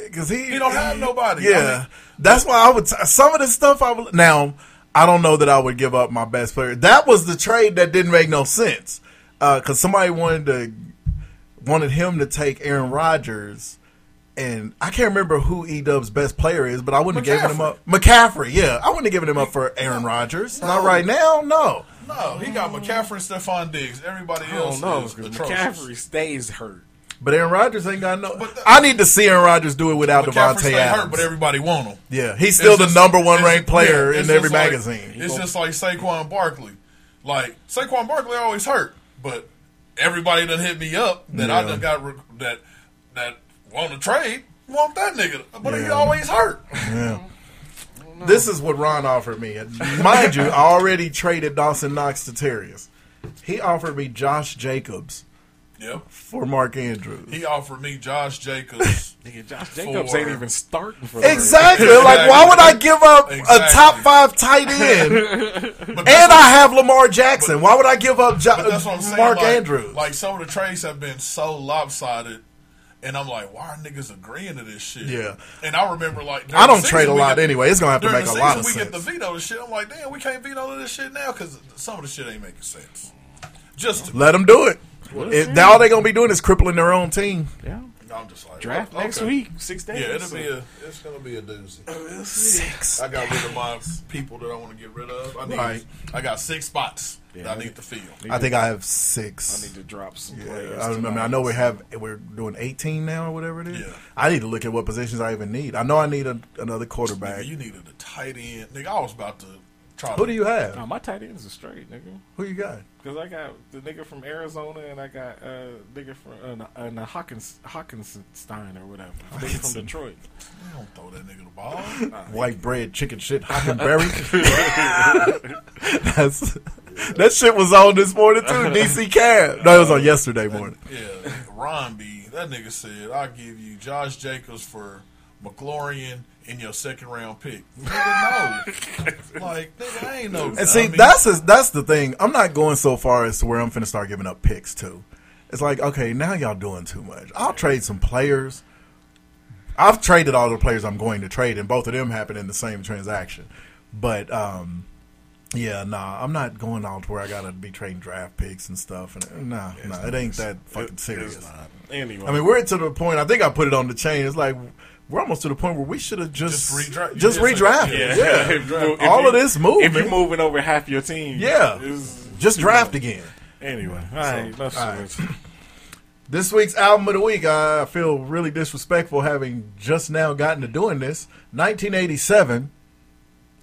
G: Because he,
H: He don't have nobody.
G: Yeah,
H: I mean-
G: that's why I would. T- some of the stuff I would now. I don't know that I would give up my best player. That was the trade that didn't make no sense because somebody wanted to wanted him to take Aaron Rodgers, and I can't remember who E Dub's best player is, but I wouldn't have given him up. McCaffrey, yeah, I wouldn't have given him up for Aaron Rodgers. Not right now, no.
H: No, Oh, he got McCaffrey and Stephon Diggs. Everybody
B: I
H: else
B: don't know
H: is
B: 'cause
H: atrocious.
B: McCaffrey stays hurt.
G: But Aaron Rodgers ain't got no.
H: But the-
G: I need to see Aaron Rodgers do it without
H: McCaffrey
G: Devontae
H: stay
G: Adams.
H: hurt, but everybody want him.
G: yeah, he's still the
H: It's just-
G: number one
H: it's-
G: ranked player
H: yeah, it's
G: in every
H: just like-
G: magazine.
H: It's just like Saquon Barkley. Like Saquon Barkley always hurt, but everybody done hit me up that I
G: Yeah.
H: done got re- that that want to trade. want that nigga, but he always hurt. <laughs>
G: Yeah. This is what Ron offered me. And Mind you, I already traded Dawson Knox to Terrius. He offered me Josh Jacobs
H: Yep.
G: for Mark Andrews.
H: He offered me Josh Jacobs.
B: Nigga, Josh Jacobs ain't even starting for
G: Exactly. Like, why would I give up a top five tight end? <laughs>
H: <laughs>
G: and I have Lamar Jackson. why would I give up jo-
H: But that's what I'm saying.
G: Mark
H: like,
G: Andrews?
H: Like some of the trades have been so lopsided, and I'm like, why are niggas agreeing to this shit?
G: Yeah.
H: And I remember like during
G: I don't
H: the
G: trade
H: season
G: a
H: we
G: lot anyway. It's gonna have to
H: during
G: make a
H: the
G: lot
H: season
G: of
H: We get the veto the shit. I'm like, damn, we can't veto this shit now because some of the shit ain't making sense. Just
G: Let them do it.
H: What
G: It-
H: is
G: now all
H: it?
G: they're gonna be doing is crippling their own team.
B: Yeah.
H: I'm just like
B: Draft
H: okay.
B: next week, six days.
H: Yeah, it'll be a it's gonna be a doozy.
G: Six.
H: I got rid of my people that I want to get rid of. I need.
G: Right.
H: I got six spots
G: Yeah,
H: that
G: I
H: I
G: need-
H: need to fill.
G: I think I have six.
B: I need to drop some
G: Yeah,
B: players
G: I, don't know, I, mean, I know we have we're doing eighteen now or whatever it is.
H: Yeah.
G: I need to look at what positions I even need. I know I need a, another quarterback.
H: Nigga, you needed a tight end. Nigga, I was about to try.
G: Who
H: to-
G: do you have?
B: Nah, my tight ends are straight, nigga.
G: Who you got?
B: Because I got the nigga from Arizona and I got uh nigga from uh, and uh, Hawkins Hawkinstein or whatever. Nigga
G: Hawkinson.
B: from Detroit.
H: I don't throw that nigga the ball.
G: White bread, chicken
H: <laughs>
G: shit, Hockenberry. <laughs> That's that shit was on this morning too.
H: <laughs>
G: DC Cab. No, it was on yesterday morning.
H: Yeah, Ron B. That nigga said, "I'll give you Josh Jacobs for McLaurin in your second round pick." <laughs> Nigga, <laughs> no. like, nigga, I ain't no.
G: And see,
H: dummy.
G: that's a, that's the thing. I'm not going so far as to where I'm finna start giving up picks too. It's like, okay, now y'all doing too much. I'll trade some players. I've traded all the players I'm going to trade, and both of them happened in the same transaction. But um, yeah, nah, I'm not going out to where I gotta be trading draft picks and stuff. And uh, nah, nah, it ain't that fucking serious.
B: Anyway,
G: I mean, we're to the point. I think I put it on the chain. It's like we're almost to the point where we should have just
H: Just redraft-
G: Just
H: yeah, it's like-
G: redraft.
H: yeah,
G: it.
H: yeah,
B: <laughs>
G: Yeah,
H: if you- if
G: all
B: you-
G: of this movement.
B: if you're moving over half your team,
G: Yeah.
B: it's-
G: Just draft again.
B: Anyway, all right, enough
G: all right.
B: <laughs> shit.
G: This week's album of the week, I feel really disrespectful having just now gotten to doing this. 1987,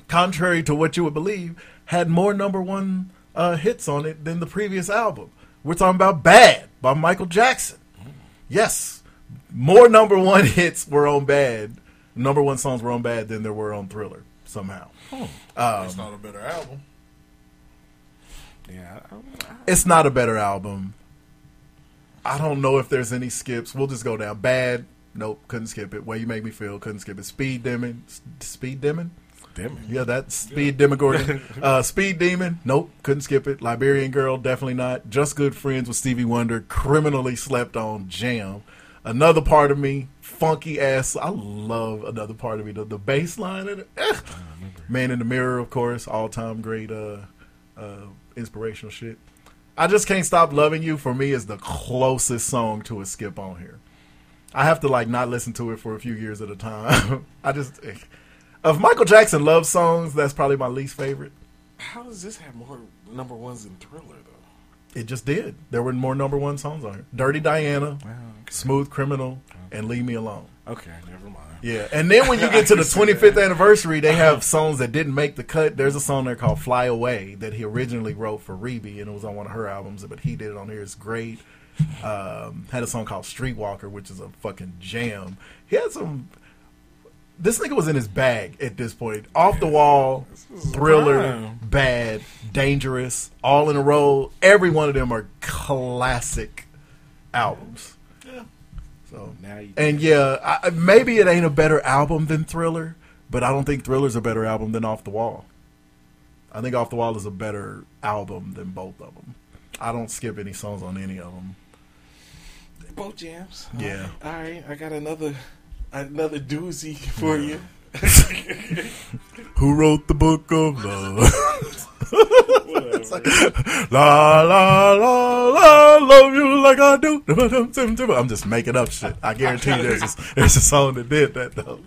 G: contrary to what you would believe, had more number one uh, hits on it than the previous album. We're talking about Bad by Michael Jackson. Yes, more number one <laughs> hits were on Bad, number one songs were on Bad than there were on Thriller, somehow.
H: it's not a better album.
B: Yeah, I- I-
G: It's not a better album. I don't know if there's any skips. We'll just go down. Bad. Nope. Couldn't skip it. Way you make me feel. Couldn't skip it. Speed Demon. S- Speed Demon.
B: Demon.
G: Yeah, that's Speed Demogorgon. uh, Speed Demon. Nope. Couldn't skip it. Liberian Girl. Definitely not. Just Good Friends with Stevie Wonder. Criminally slept on. Jam. Another part of me. Funky ass. I love another part of me. The, the bass line. in it. Eh. Man in the Mirror, of course. All time great. Uh, uh, inspirational shit. I just can't stop loving you. For me, is the closest song to a skip on here. I have to like not listen to it for a few years at a time. <laughs> I just eh. of Michael Jackson love songs. That's probably my least favorite.
B: how does this have more number ones than Thriller though?
G: It just did. There were more number one songs on here: "Dirty Diana," "Smooth Criminal," and "Leave Me Alone."
B: Okay, never mind.
G: Yeah, and then when you get to the 25th anniversary, they have songs that didn't make the cut. There's a song there called "Fly Away" that he originally wrote for Reby, and it was on one of her albums, but he did it on here. It's great. Um, had a song called "Streetwalker," which is a fucking jam. He had some. This nigga was in his bag at this point. Off the wall, thriller,
B: prime.
G: bad, dangerous, all in a row. Every one of them are classic albums. So
B: Now you
G: and yeah, I, I- maybe it ain't a better album than Thriller, but I don't think Thriller's a better album than Off the Wall. I think Off the Wall is a better album than both of them. I don't skip any songs on any of them.
B: both jams.
G: Yeah.
B: All right, I got another another doozy for you.
G: Who wrote the book of love? <laughs> It's like, la la la la, love you like I do. <laughs> I'm just making up shit. I guarantee you there's a, there's a song that did that though.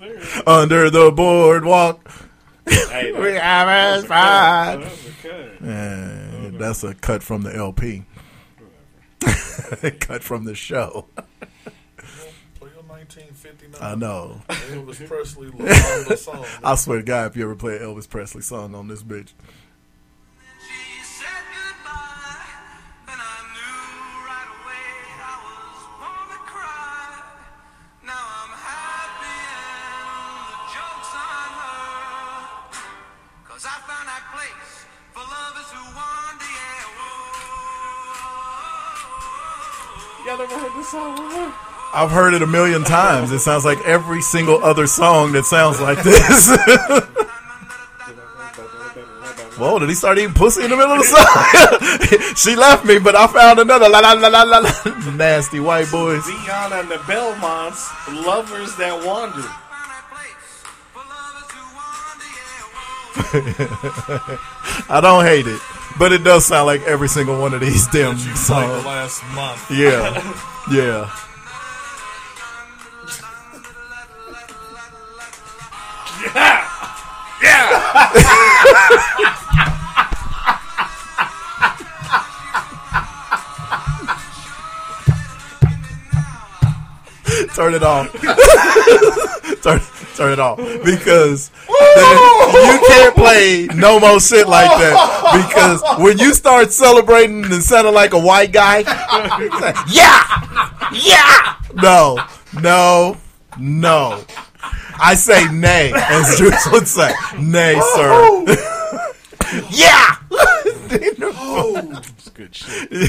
G: Under the boardwalk, <laughs>
B: Hey,
G: we
B: that-
G: have as
B: that
G: fine.
B: was a cut.
G: And that's a cut from the LP. <laughs> cut from the show.
H: Play your 1959.
G: I know. <laughs>
H: Elvis Presley, Lamar song.
G: I swear to God, if you ever play an Elvis Presley song on this bitch,
I: She said goodbye, and I knew right away I was born to cry. Now I'm happy.
B: never heard this song.
G: I've heard it a million times. It sounds like every single other song that sounds like this. <laughs> Whoa, did he start eating pussy in the middle of the song? <laughs> she left me, but I found another. La, la, la, la, la, la. <laughs> Nasty white boys.
B: Dion and the Belmonts, lovers that wander.
G: I don't hate it, but it does sound like every single one of these damn
H: That you played
G: songs.
H: the last month.
G: Yeah, yeah.
B: Yeah!
G: <laughs> turn it off. <laughs> turn, turn it off because you can't play no more shit like that. Because when you start celebrating and sounding like a white guy,
I: yeah! Yeah!
G: no, no, no. I say nay, as Juice would say, nay, sir. yeah.
B: good
G: <laughs>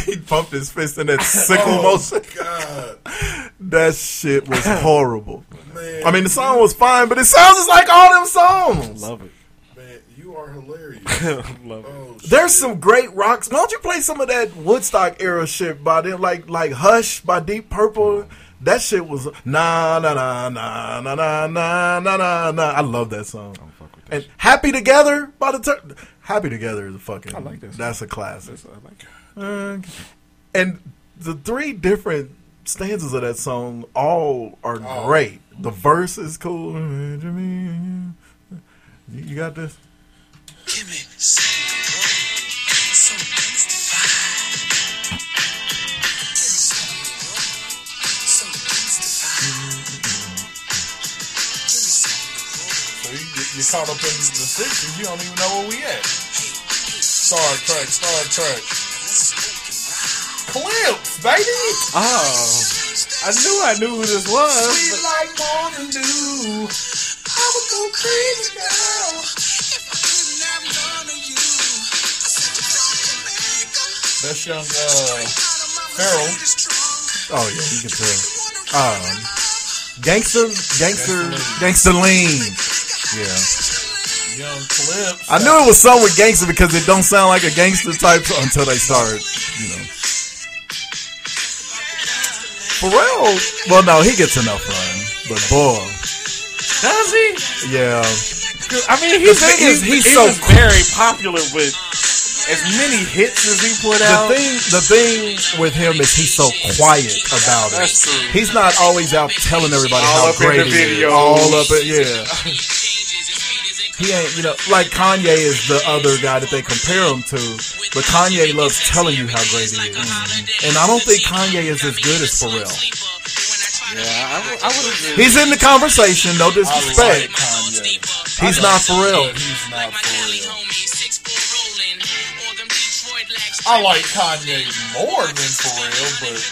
G: he pumped his fist in that sickle motion. That shit was horrible. I mean, the song was fine, but it sounds just like all them songs.
B: Love it. <laughs>
H: You are hilarious.
B: Love
G: Oh.
B: it.
G: There's some great rocks. Why don't you play some of that Woodstock era shit by them, like like Hush by Deep Purple? That shit was nah nah nah nah nah nah nah nah nah. nah. I love that song. And Happy Together by the Tur- Happy Together is a fucking. I like that. That's a classic. Uh, <laughs> and the three different stanzas of that song all are
H: Oh.
G: great. The verse is cool. You you got this?
H: So you, you- you caught up in the sixties. You don't even know where we at. Star Trek, Star Trek. Clips, baby.
B: Oh, I knew I knew who this was.
I: Sweet like morning dew. I would go crazy now if I couldn't have none of you. I said you don't make a
H: That's young uh, Farrell.
G: Oh yeah, you can tell. Um, gangster, gangster, gangster lean. Yeah,
H: Young Clips.
G: I knew it was something with gangster because it don't sound like a gangster type song until they started, you know. Pharrell, well, no, he gets enough run, but boy,
B: Does he?
G: yeah,
B: 'Cause, I mean, he's,
G: The thing is,
B: he's,
G: he's
B: he
G: so
B: was very popular with as many hits as he put out.
G: The thing, the thing with him is he's so quiet about it.
B: That's true.
G: He's not always out telling everybody
B: All
G: how
B: up in
G: great
B: the
G: he is.
B: videos.
G: All up, in, yeah. He ain't, you know, like Kanye is the other guy that they compare him to, but Kanye loves telling you how great he is. Mm-hmm. And I don't think Kanye is as good as Pharrell.
B: Yeah, I, I would agree.
G: He's in the conversation, no disrespect. He's not Pharrell.
H: He's not Pharrell. I like Kanye more than Pharrell, but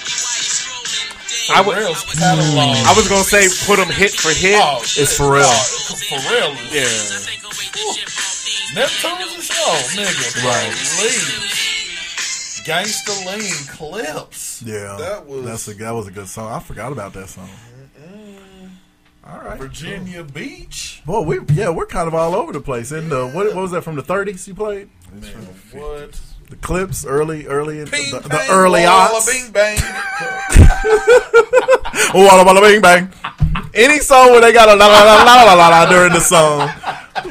B: I would-
H: Pharrell's catalog.
B: I was gonna say put him hit for hit.
H: Oh,
G: It's Pharrell.
H: Pharrell is
B: Yeah.
H: Neptune's a show, nigga.
G: Right.
H: Lean. Gangsta Lean clips.
G: Yeah,
H: That was
G: that's a that was a good song. I forgot about that song. All right.
H: Virginia Beach.
G: Boy, we yeah, we're kind of all over the place. And uh, what, what was that from the '30s you played?
H: Man, what?
G: The clips early, early, in,
H: Bing,
G: the, the
H: bang,
G: early
H: walla,
G: aughts.
H: Bing bang.
G: Walla walla bing bang. Any song where they got a la la la la la la la during the song,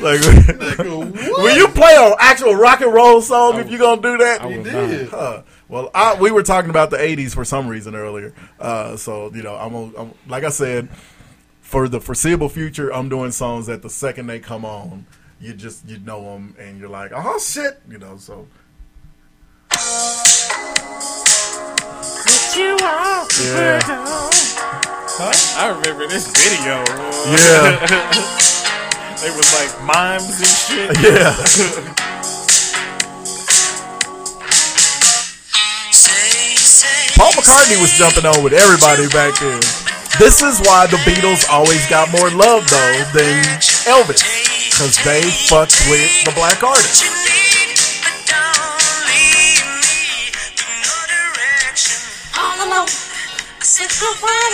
G: like will you play an actual rock and roll song if you're gonna do that?
B: will You not. did.
G: Huh. Well, I, we were talking about the '80s for some reason earlier, uh, so you know, I'm, gonna- I'm like I said, for the foreseeable future, I'm doing songs that the second they come on, you just you know them and you're like, oh shit, you know. So yeah.
B: Huh? I remember this video.
G: Yeah.
B: they was like mimes and shit.
G: Yeah. Paul McCartney was jumping on with everybody back then. This is why the Beatles always got more love though than Elvis, because they fucked with the black artists.
I: All alone,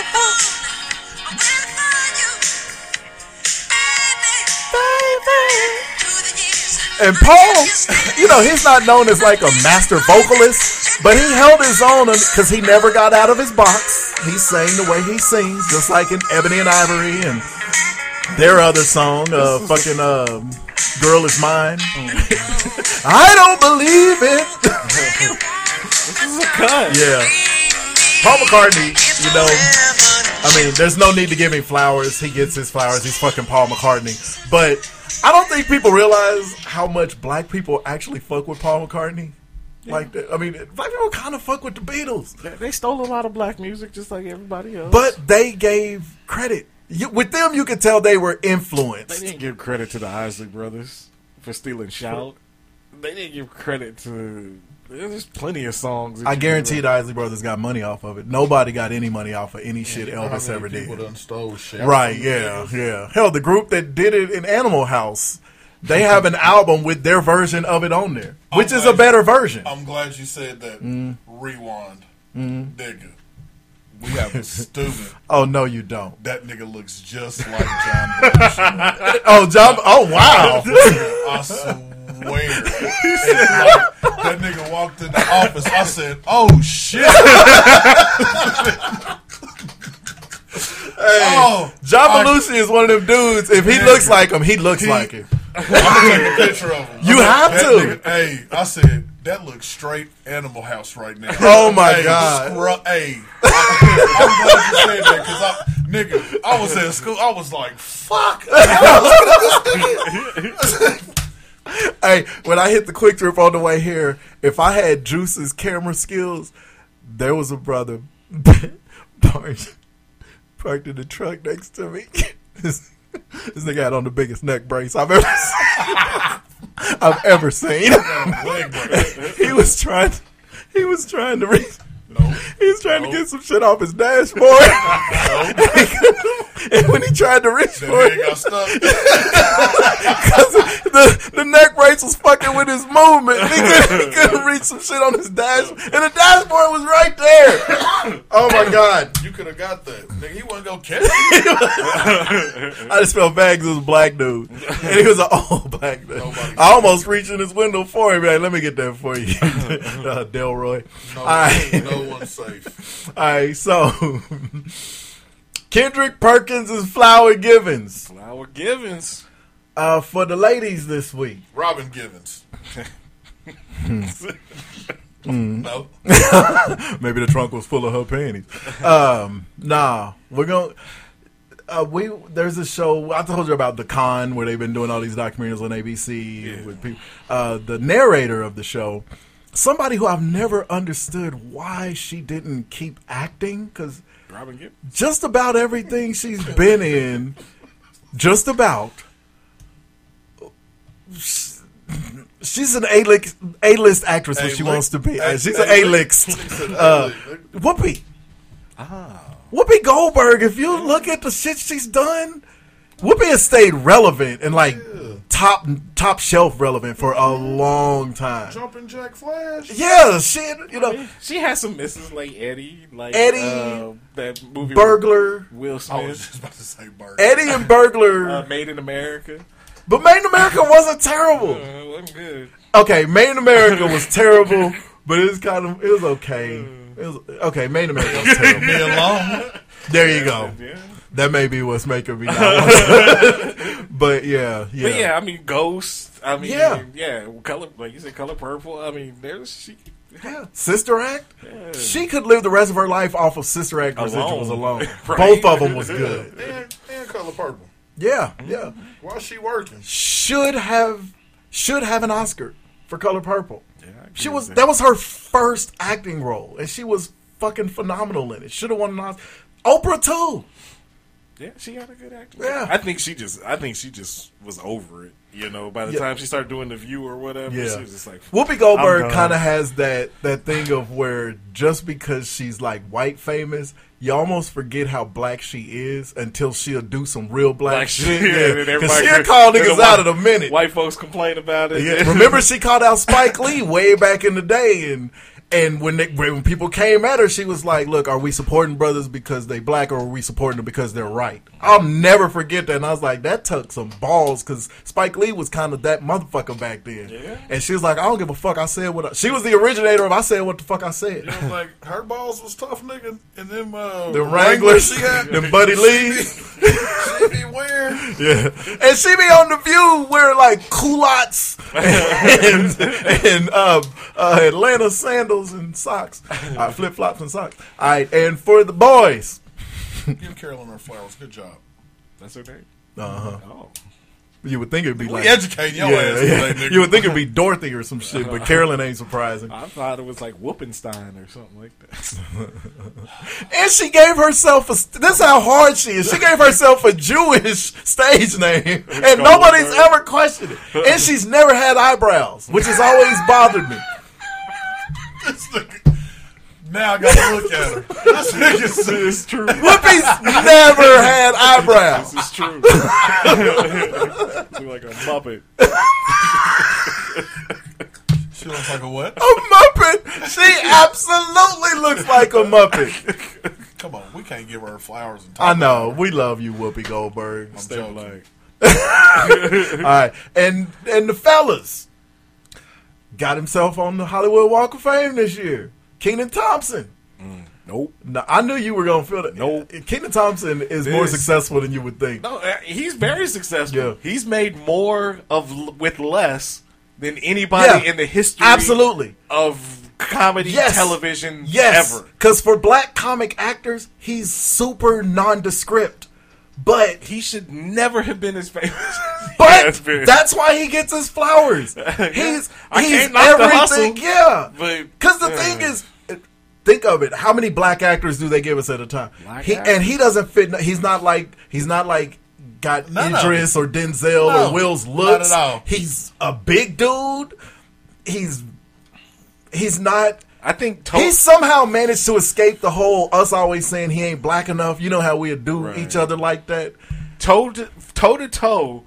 G: And Paul, you know, he's not known as like a master vocalist, but he held his own because he never got out of his box. He sang the way he sings, just like in Ebony and Ivory and their other song, uh, fucking um, Girl Is Mine. <laughs> I don't believe it. <laughs> this is a cut. Yeah. Paul McCartney, you know, I mean, there's no need to give him flowers. He gets his flowers. He's fucking Paul McCartney. But I don't think people realize how much black people actually fuck with Paul McCartney. Like, that. I mean, black people kind of fuck with the Beatles.
B: They- They stole a lot of black music, just like everybody else.
G: But they gave credit. You, with them, you could tell they were
B: they
G: influenced.
B: didn't give credit to the Isley Brothers for stealing "Shout." They didn't give credit to. There's plenty of songs. that
G: I
B: you
G: guarantee
B: can-
G: the Isley brothers got money off of it. Nobody got any money off of any shit
H: know how
G: Elvis
H: many
G: ever
H: people
G: did.
H: done stole shit
G: Right?
H: from
G: Yeah,
H: Beatles?
G: yeah. Hell, the group that did it in Animal House, they have an album with their version of it on there, which is a better version.
H: I'm glad you said that.
G: Mm.
H: Rewind,
G: Mm.
H: nigga. We have a student.
G: Oh no, you don't.
H: That nigga looks just like John. Bush.
G: Oh, John- oh, wow.
H: I swear. It's like, that nigga walked in the office. I said, "Oh shit." <laughs>
G: Hey,
H: Oh,
G: John
H: I-
G: Belushi is one of them dudes. If he
H: Yeah.
G: looks like him, he looks like him.
H: I'm
G: <laughs>
H: gonna take a picture of him.
G: You have
H: I'm gonna-
G: to.
H: that nigga- hey, I said that looks straight Animal House right now.
G: Oh, my
H: Hey,
G: God.
H: scru- hey, I'm glad you said that because I, nigga, I was at school. I was like, fuck.
G: hey, when I hit the quick trip on the way here, if I had Juice's camera skills, there was a brother <laughs> parked, parked in the truck next to me. <laughs> this, this nigga had on the biggest neck brace I've ever <laughs> seen. I've ever seen. he was trying. He was trying to. Re- He was trying to get some shit off his dashboard. <laughs> and when he tried to reach for it,
H: got stuck.
G: Cause the, the neck brace was fucking with his movement. He couldn't, he couldn't reach some shit on his dashboard, and the dashboard was right there. Oh my god!
H: You could have got that. Nigga, you wasn't gonna catch it.
G: I just felt bad 'cause it was a black dude, and he was an old black dude. I almost reached in his window for him. Like, let me get that for you, <laughs> uh, Delroy.
H: No,
G: All right.
H: no one's safe.
G: All right, so <laughs> Kendrick Perkins is Flower Givens.
B: Flower Givens.
G: Uh, for the ladies this week.
H: Robin Givens.
G: Mm.
H: No.
G: Maybe the trunk was full of her panties. Um, nah, we're going. Uh, we there's a show I told you about the con where they've been doing all these documentaries on ABC with people. Uh, the narrator of the show, somebody who I've never understood why she didn't keep acting because
B: Robin Gibb.
G: just about everything she's been in, just about. She's an A-list, A-list actress when she wants to be. Uh, She's an A-list. Ah. Uh, Whoopi. Whoopi Goldberg, if you look at the shit she's done, Whoopi has stayed relevant and like top top shelf relevant for a long time.
H: Jumping Jack Flash.
G: Yeah, shit, you know.
B: She had some misses like Eddie, like
G: Eddie,
B: uh, that movie
G: Burglar.
B: Will Smith.
G: I was
H: just about to say Burglar.
G: Eddie and Burglar.
B: uh, Made in America.
G: But Made in America wasn't terrible.
B: Uh, it wasn't good.
G: Okay, Made in America was terrible, but it was kind of it was okay. It was okay. Made in America was terrible.
H: Be alone.
G: There you go. That may be what's making me. Not want to- <laughs> but yeah, yeah.
B: But yeah, I mean Ghost. I mean,
G: Yeah.
B: yeah, color like you said, color purple. I mean, there's she.
G: Sister Act.
B: Yeah.
G: She could live the rest of her life off of Sister Act residuals alone.
H: Right.
G: Both of them was
H: <laughs>
G: good.
H: And, and color purple.
G: Yeah, yeah.
H: Why she working?
G: Should have should have an Oscar for Color Purple. she was that was her first acting role, and she was fucking phenomenal in it. Should have won an Oscar. Oprah too.
B: Yeah, she got a good actor.
G: Yeah.
B: I think she just. I think she just was over it. You know, by the
G: Yeah.
B: time she started doing the view or whatever,
G: Yeah.
B: she was just like <laughs>
G: Whoopi Goldberg
B: I'm done.
G: kind of has that that thing of where just because she's like white famous, you almost forget how black she is until she'll do some real black,
B: Black
G: shit.
B: shit,
G: Yeah,
B: and
G: because
B: everybody-
G: she'll call
B: <laughs> and the
G: niggas out in
B: white-
G: a minute.
B: <laughs> White folks complain about it.
G: Yeah, remember she called out Spike Lee way back in the day, and And when they, when people came at her, she was like, "Look, are we supporting brothers because they black, or are we supporting them because they're right?" I'll never forget that. And I was like, "That took some balls," because Spike Lee was kind of that motherfucker back then.
H: Yeah.
G: And she was like, "I don't give a fuck. I said what." I, she was the originator of I said what the fuck I said.
H: You know, like her balls was tough, nigga, and them uh,
G: The Wranglers,
H: she had,
G: the Buddy Lee.
H: she be wearing.
G: Yeah, and she be on the View wearing like culottes and and um, uh, Atlanta sandals and socks, uh, flip flops and socks. All right, and for the boys,
H: Give Carolyn her flowers. Good job.
B: That's her name.
G: Uh-huh.
B: Oh.
G: you would think it'd be
H: We
G: like
H: educating your ass today, nigga.
G: You would think it'd be Dorothy or some shit, but Carolyn ain't surprising.
B: I thought it was like Whoopenstein or something
G: <laughs>
B: like that.
G: And she gave herself a. st- This is how hard she is. She gave herself a Jewish stage name, and nobody's ever questioned it. And she's never had eyebrows, which has always bothered me.
H: Now I gotta look at her. This nigga's
B: it's true.
G: Whoopi's never had eyebrows.
B: This is true. <laughs> She like a muppet.
H: She looks like a what?
G: A muppet. She absolutely looks like a muppet.
H: Come on, we can't give her flowers and talk
G: I know. We love you, Whoopi Goldberg.
H: I'm Stay joking. black.
G: All right, and and the fellas got himself on the Hollywood Walk of Fame this year. Keenan Thompson.
B: Nope.
G: No, I knew you were gonna feel that. Nope. Keenan Thompson is more
B: This-
G: successful than you would think.
B: No, uh, he's very successful. He's made more of l- with less than anybody
G: Yeah.
B: in the history
G: Absolutely.
B: of comedy
G: Yes.
B: television
G: yes.
B: ever.
G: Because for black comic actors, he's super nondescript. But
B: he should never have been as famous. <laughs>
G: <laughs> But that's why he gets his flowers. He's
B: I
G: he's
B: can't knock the
G: everything.
B: hustle,
G: yeah.
B: but-
G: Because the thing is, think of it. How many black actors do they give us at a time?
B: Black
G: He,
B: actors.
G: and he doesn't fit. He's not like he's not like got
H: of
G: Idris
H: it.
G: or Denzel
H: No,
G: or Will's
H: not
G: looks.
H: at all.
G: He's a big dude. He's he's not.
B: I think
G: he somehow managed to escape the whole us always saying he ain't black enough. You know how we do each other like that.
B: Toe to, toe to toe,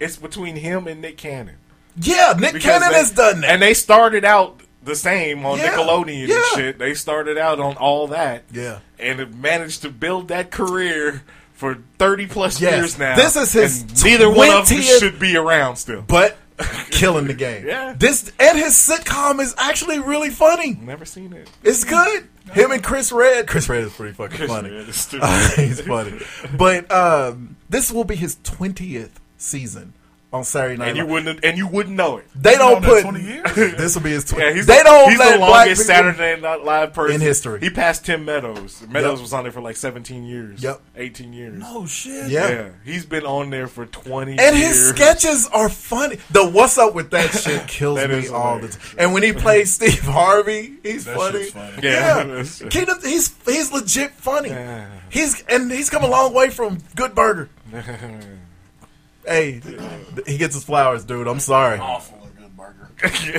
B: it's between him and Nick Cannon.
G: Yeah, Nick
B: Because
G: Cannon
B: they-
G: has done that.
B: And they started out the same on
G: Yeah,
B: Nickelodeon and
G: yeah.
B: shit. They started out on all that.
G: Yeah.
B: And have managed to build that career for 30 plus
G: Yes.
B: years now.
G: This is his
B: and neither one of them
G: 20th
B: should be around still.
G: but <laughs> killing the game.
B: Yeah.
G: This and his sitcom is actually really funny.
B: Never seen it.
G: It's good. Him and Chris Red. Chris Red is pretty fucking
B: Chris
G: funny.
B: Red
G: <laughs>
B: is stupid.
G: He's funny. But um, this will be his twentieth season on Saturday Night.
B: And you
G: Live.
B: wouldn't and you wouldn't know it.
G: They don't
B: Been on that
G: put
B: 20
G: <laughs>
B: years?
G: this will be his. Tw-
B: Yeah, he's
G: they
B: the,
G: don't
B: he's
G: let
B: the
G: black
B: longest
G: people-
B: Saturday Night Live person
G: In history.
B: He passed Tim Meadows. Meadows
G: Yep.
B: was on there for like seventeen years.
G: Yep.
B: eighteen years.
H: No shit.
G: Yeah.
B: he's been on there for twenty.
G: And
B: years.
G: his
B: <laughs>
G: sketches are funny. The what's up with that
H: <laughs>
G: shit kills
B: That
G: me
B: is
G: all the time. And when he plays Steve Harvey, he's
H: That
G: funny.
H: shit's funny.
B: Yeah.
G: Yeah,
B: That's true.
G: Keenan- he's he's legit funny. He's and he's come a long way from Good Burger. Hey, th- he gets his flowers, dude. I'm sorry.
H: Awful and good burger.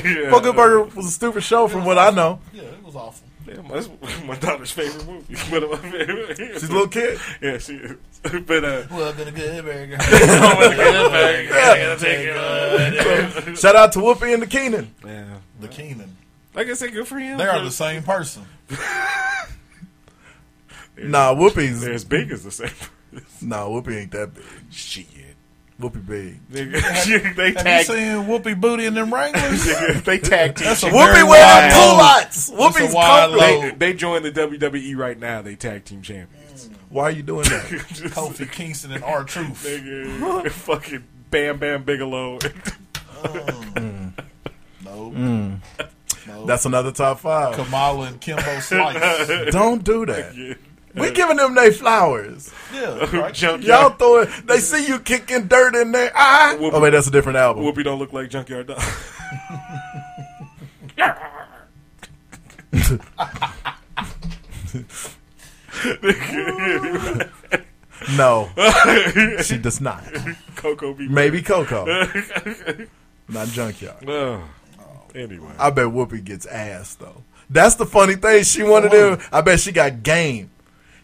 B: Yeah.
G: Well, Good Burger was a stupid show, from what I know.
H: Yeah, it was awful.
B: Yeah, that's my daughter's favorite movie. <laughs> One of my favorite.
G: She's a little kid.
B: <laughs> Yeah, she is. <laughs> But uh,
H: Well, been a good burger.
B: <laughs>
G: Shout out to Whoopi and the Keenan.
B: yeah,
H: <laughs> the Keenan.
B: like I said, good for him.
H: They are the same person.
G: Nah, Whoopi's
B: <laughs> They're as big as the same.
G: nah, Whoopi ain't that big.
B: Shit.
G: Whoopi big.
B: <laughs> Nigga, they
H: Have you
B: tag.
H: seen Whoopi Booty and them Wranglers? <laughs>
B: <laughs> They tag team.
H: That's a very
G: Whoopi
H: wide
G: wearing culottes.
H: load. That's a
G: Whoopi's
H: wide
G: comfortable.
B: They,
H: load.
B: they joined the WWE right now. They tag team champions.
G: Why are you doing that?
H: Kofi Kingston and R
B: <laughs>
H: Truth.
B: Nigga, fucking Bam Bam Bigelow. <laughs>
H: No. No.
G: That's another top five.
H: Kamala and <laughs> Kimbo
B: <laughs>
H: Slice.
G: Don't do that. We giving them they flowers.
H: yeah, right?
B: Junk
G: Y'all throwing. They see you kicking dirt in their eye.
B: Whoopi-
G: Oh wait, that's a different album.
B: Whoopi don't look like Junkyard Dog. <laughs>
G: No, she does not.
B: Coco be
G: Maybe Coco, not Junkyard.
B: Ugh. Anyway,
G: I bet Whoopi gets ass though. That's the funny thing. She wanted to. I bet she got game.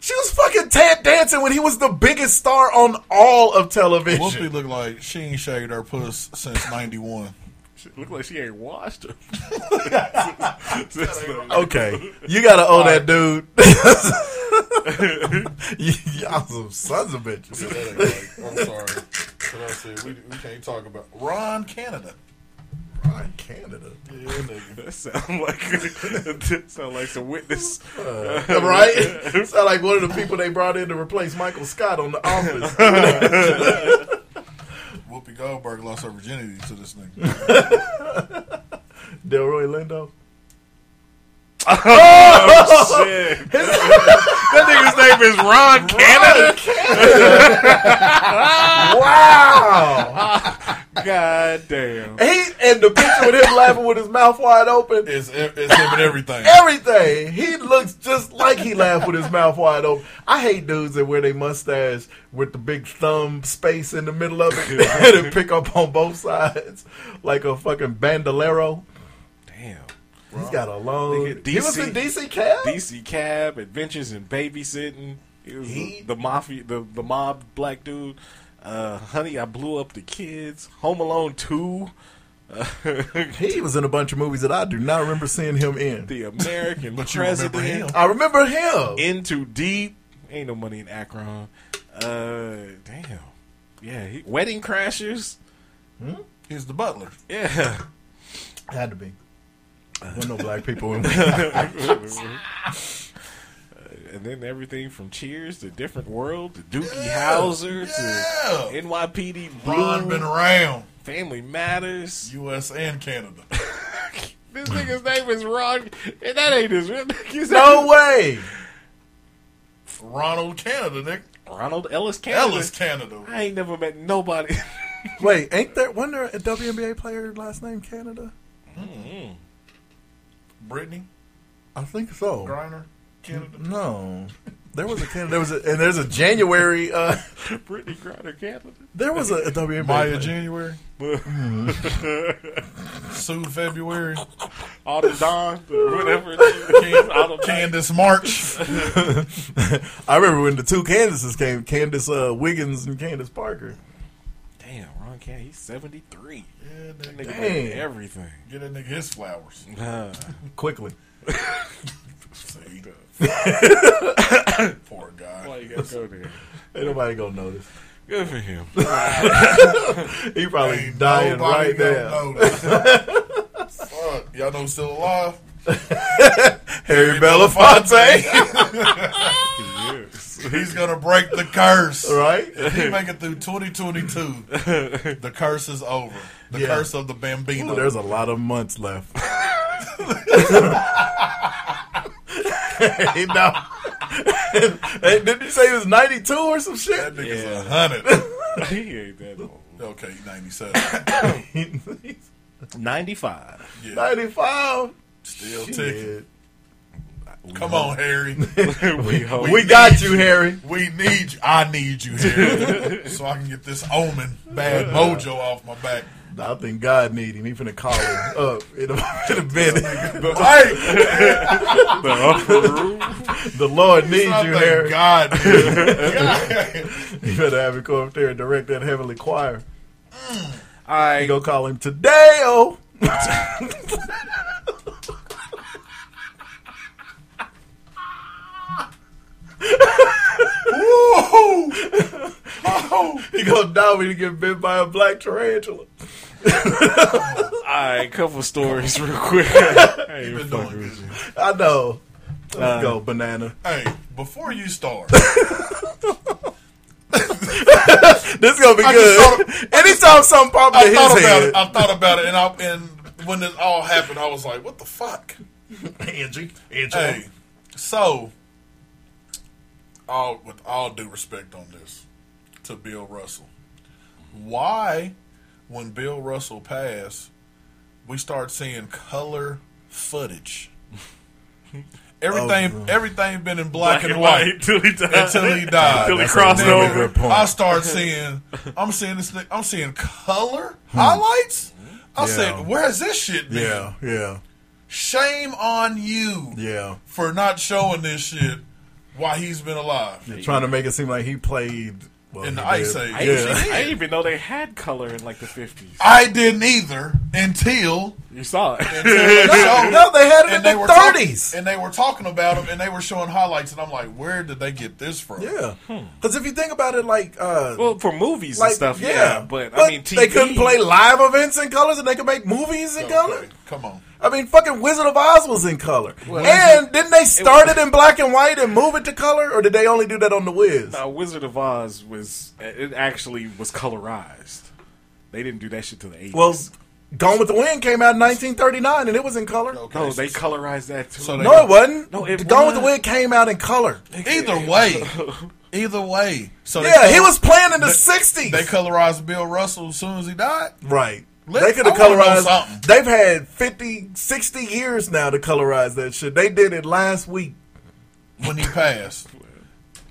G: She was fucking tap dancing when he was the biggest star on all of television.
H: Whoopi looked like she ain't shaved her puss since 91.
B: Look like she ain't washed her.
G: Okay, you gotta own that dude. <laughs> you, y'all some sons of
H: <laughs>
G: bitches.
H: I'm sorry. But I said, we, we can't talk about Ron Canada.
G: Ron Canada?
H: Yeah, nigga.
B: That sound like sound like some witness,
G: Uh, <laughs> right? Sound like one of the people they brought in to replace Michael Scott on The Office.
H: Whoopi Goldberg lost her virginity to this nigga.
G: <laughs> Delroy Lindo.
B: Oh, shit. that nigga's name is Ron Canada.
G: <laughs> wow.
B: God damn.
G: He and the picture with him laughing with his mouth wide open.
H: It's, e, it's him and everything.
G: Everything. He looks just like he laughed with his mouth wide open. I hate dudes that wear their mustache with the big thumb space in the middle of it <laughs> and pick up on both sides like a fucking bandolero.
B: Damn.
G: He's got a long.
B: Nigga,
G: he was in DC Cab.
B: DC Cab, Adventures in Babysitting. He was
G: He-
B: the mafia, the the mob black dude. Uh, honey, I blew up the kids. Home Alone Two. Uh, <laughs>
G: He was in a bunch of movies that I do not remember seeing him in.
B: the American
H: But you remember
B: president.
H: him.
G: I remember him.
B: Into deep. Ain't no money in Akron. Uh, damn. Yeah. He, Wedding Crashers.
H: He's the butler.
B: Yeah. <laughs>
G: Had to be. Wasn't no black people in <laughs>
B: and then everything from Cheers to Different World to Dookie Howser
H: Yeah.
B: to NYPD
H: Ron
B: Blue,
H: been around.
B: Family Matters.
H: U.S. and Canada.
B: This nigga's name is Ron, and that ain't his real nigga.
G: No way.
H: Ronald Canada, nigga.
B: Ronald Ellis Cannon.
H: Ellis Canada.
B: I ain't never met nobody. <laughs>
G: Wait, ain't there? Wasn't there a WNBA player last name Canada?
H: Brittany
G: I think so.
H: Griner Canada.
G: No, there was a Canada. There was a, and there's a January. Uh, <laughs>
B: Brittany Griner Cannon.
G: there was a, a WNBA.
H: Maya
G: player.
H: January.
G: <laughs>
H: Sue February.
B: Autumn Dawn, or whatever. Autumn
H: Candace March.
G: <laughs> I remember when the two Candaces came: Candace uh, Wiggins and Candace Parker.
B: Damn, Ron Cannon, he's 73.
H: Yeah,
B: That
H: nigga.
B: nigga
G: Damn.
B: did everything.
H: Get that nigga his flowers.
B: Uh,
G: Quickly, <laughs>
H: See? Poor guy.
B: why you gotta go there?
G: ain't nobody gonna notice.
B: <laughs> Good for him.
G: He probably
H: Ain't
G: dying
H: nobody
G: right
H: gonna
G: now.
H: know this.
G: <laughs>
H: Fuck. Y'all know who's still alive?
G: Harry Belafonte,
H: He's gonna break the
G: <laughs>
H: curse.
G: right?
H: If he make it through 2022, the curse is over. The
G: Yeah.
H: curse of the
G: Ooh,
H: Bambino.
G: there's a lot of months
H: <laughs>
G: left. <laughs> hey, no. <laughs> hey, didn't you say he was 92 or some
H: that
G: shit?
H: nigga's
B: Yeah.
H: a hundred.
B: <laughs> he ain't that old.
H: <laughs> Okay, 97.
G: <laughs> He's
B: 95.
G: <laughs>
H: Yeah.
G: 95.
H: Still ticking.
G: Shit.
H: Come on, Harry.
B: <laughs> we hope.
G: We got you, Harry.
H: We need you. I need
G: <laughs>
H: you, Harry. so I can get this omen, bad mojo off my back.
G: I think God need him. He finna call
H: <laughs>
G: him up in a, <laughs> in a <laughs> minute.
H: Right. <laughs>
G: The Lord needs you,
H: I thank
G: Harry. <laughs>
H: God. dude.
G: You better have him go up there and direct that heavenly choir.
B: All right.
G: You go call him today, oh.
H: Oh!
G: He gonna die when he get bit by a black tarantula.
B: All right. Couple stories real quick. <laughs> hey,
H: Been
B: fuck
H: doing
B: with
H: good.
B: you.
G: I know. Let's go, banana.
H: Hey, before you
G: <laughs>
H: start,
G: This is gonna be
H: I
G: good. Anytime something pop
H: I
G: in his
H: thought about
G: head,
H: it. I thought about it, and I, and when this all happened, I was like, "What the fuck?"
G: Angie, Angie,
H: Hey, so all with all due respect on this to Bill Russell, why when Bill Russell passed, we start seeing color <laughs> footage. Everything, everything been in black, and white.
B: till he died.
H: <laughs> until <laughs> he died.
B: Till he
H: That's
B: crossed
H: a damn
B: over.
H: good point. I <laughs> start seeing, I'm seeing this. Thing, I'm seeing color highlights. I said, "Where's this shit?" Been?
G: yeah, yeah,
H: Shame on you
G: yeah.
H: for not showing this shit while he's been alive.
G: They're trying to make it seem like he played
H: Well, In the he Ice did. Age.
B: I, didn't-
H: Yeah.
B: I didn't even know they had color in like the fifties.
H: I didn't either until
B: you saw it.
G: No, <laughs> no, they had it in the 30s.
H: and they were talking about them, and they were showing highlights, and I'm like, where did they get this from?
G: Yeah, because if you think about it, like uh,
B: <laughs> well, for movies
H: and stuff, yeah, but, I mean,
G: they
H: TV.
G: couldn't play live events in colors, and they could make movies
H: Oh,
G: in color.
H: Come on,
G: I mean, fucking Wizard of Oz was in color,
B: Well,
G: and didn't they start it in black and white and move it to color, or did they only do that on the Wiz?
B: Now, Wizard of Oz was it actually was colorized. They didn't do that shit till the eighties.
G: Well, Gone with the Wind came out in 1939, and it was in color.
B: no, they colorized that too.
G: no, it wasn't.
B: No, it
G: Gone with
B: was.
G: the Wind came out in color.
H: Either
G: <laughs>
H: way, either way. So they
G: yeah, he
H: color-
G: was playing in the
H: they-
G: 60s.
H: They colorized Bill Russell as soon as he died.
G: Right.
H: Let-
G: they could have
H: I wanna know something.
G: colorized. They've had 50, 60 years now to colorize that shit. They did it last <laughs> week.
H: when he passed.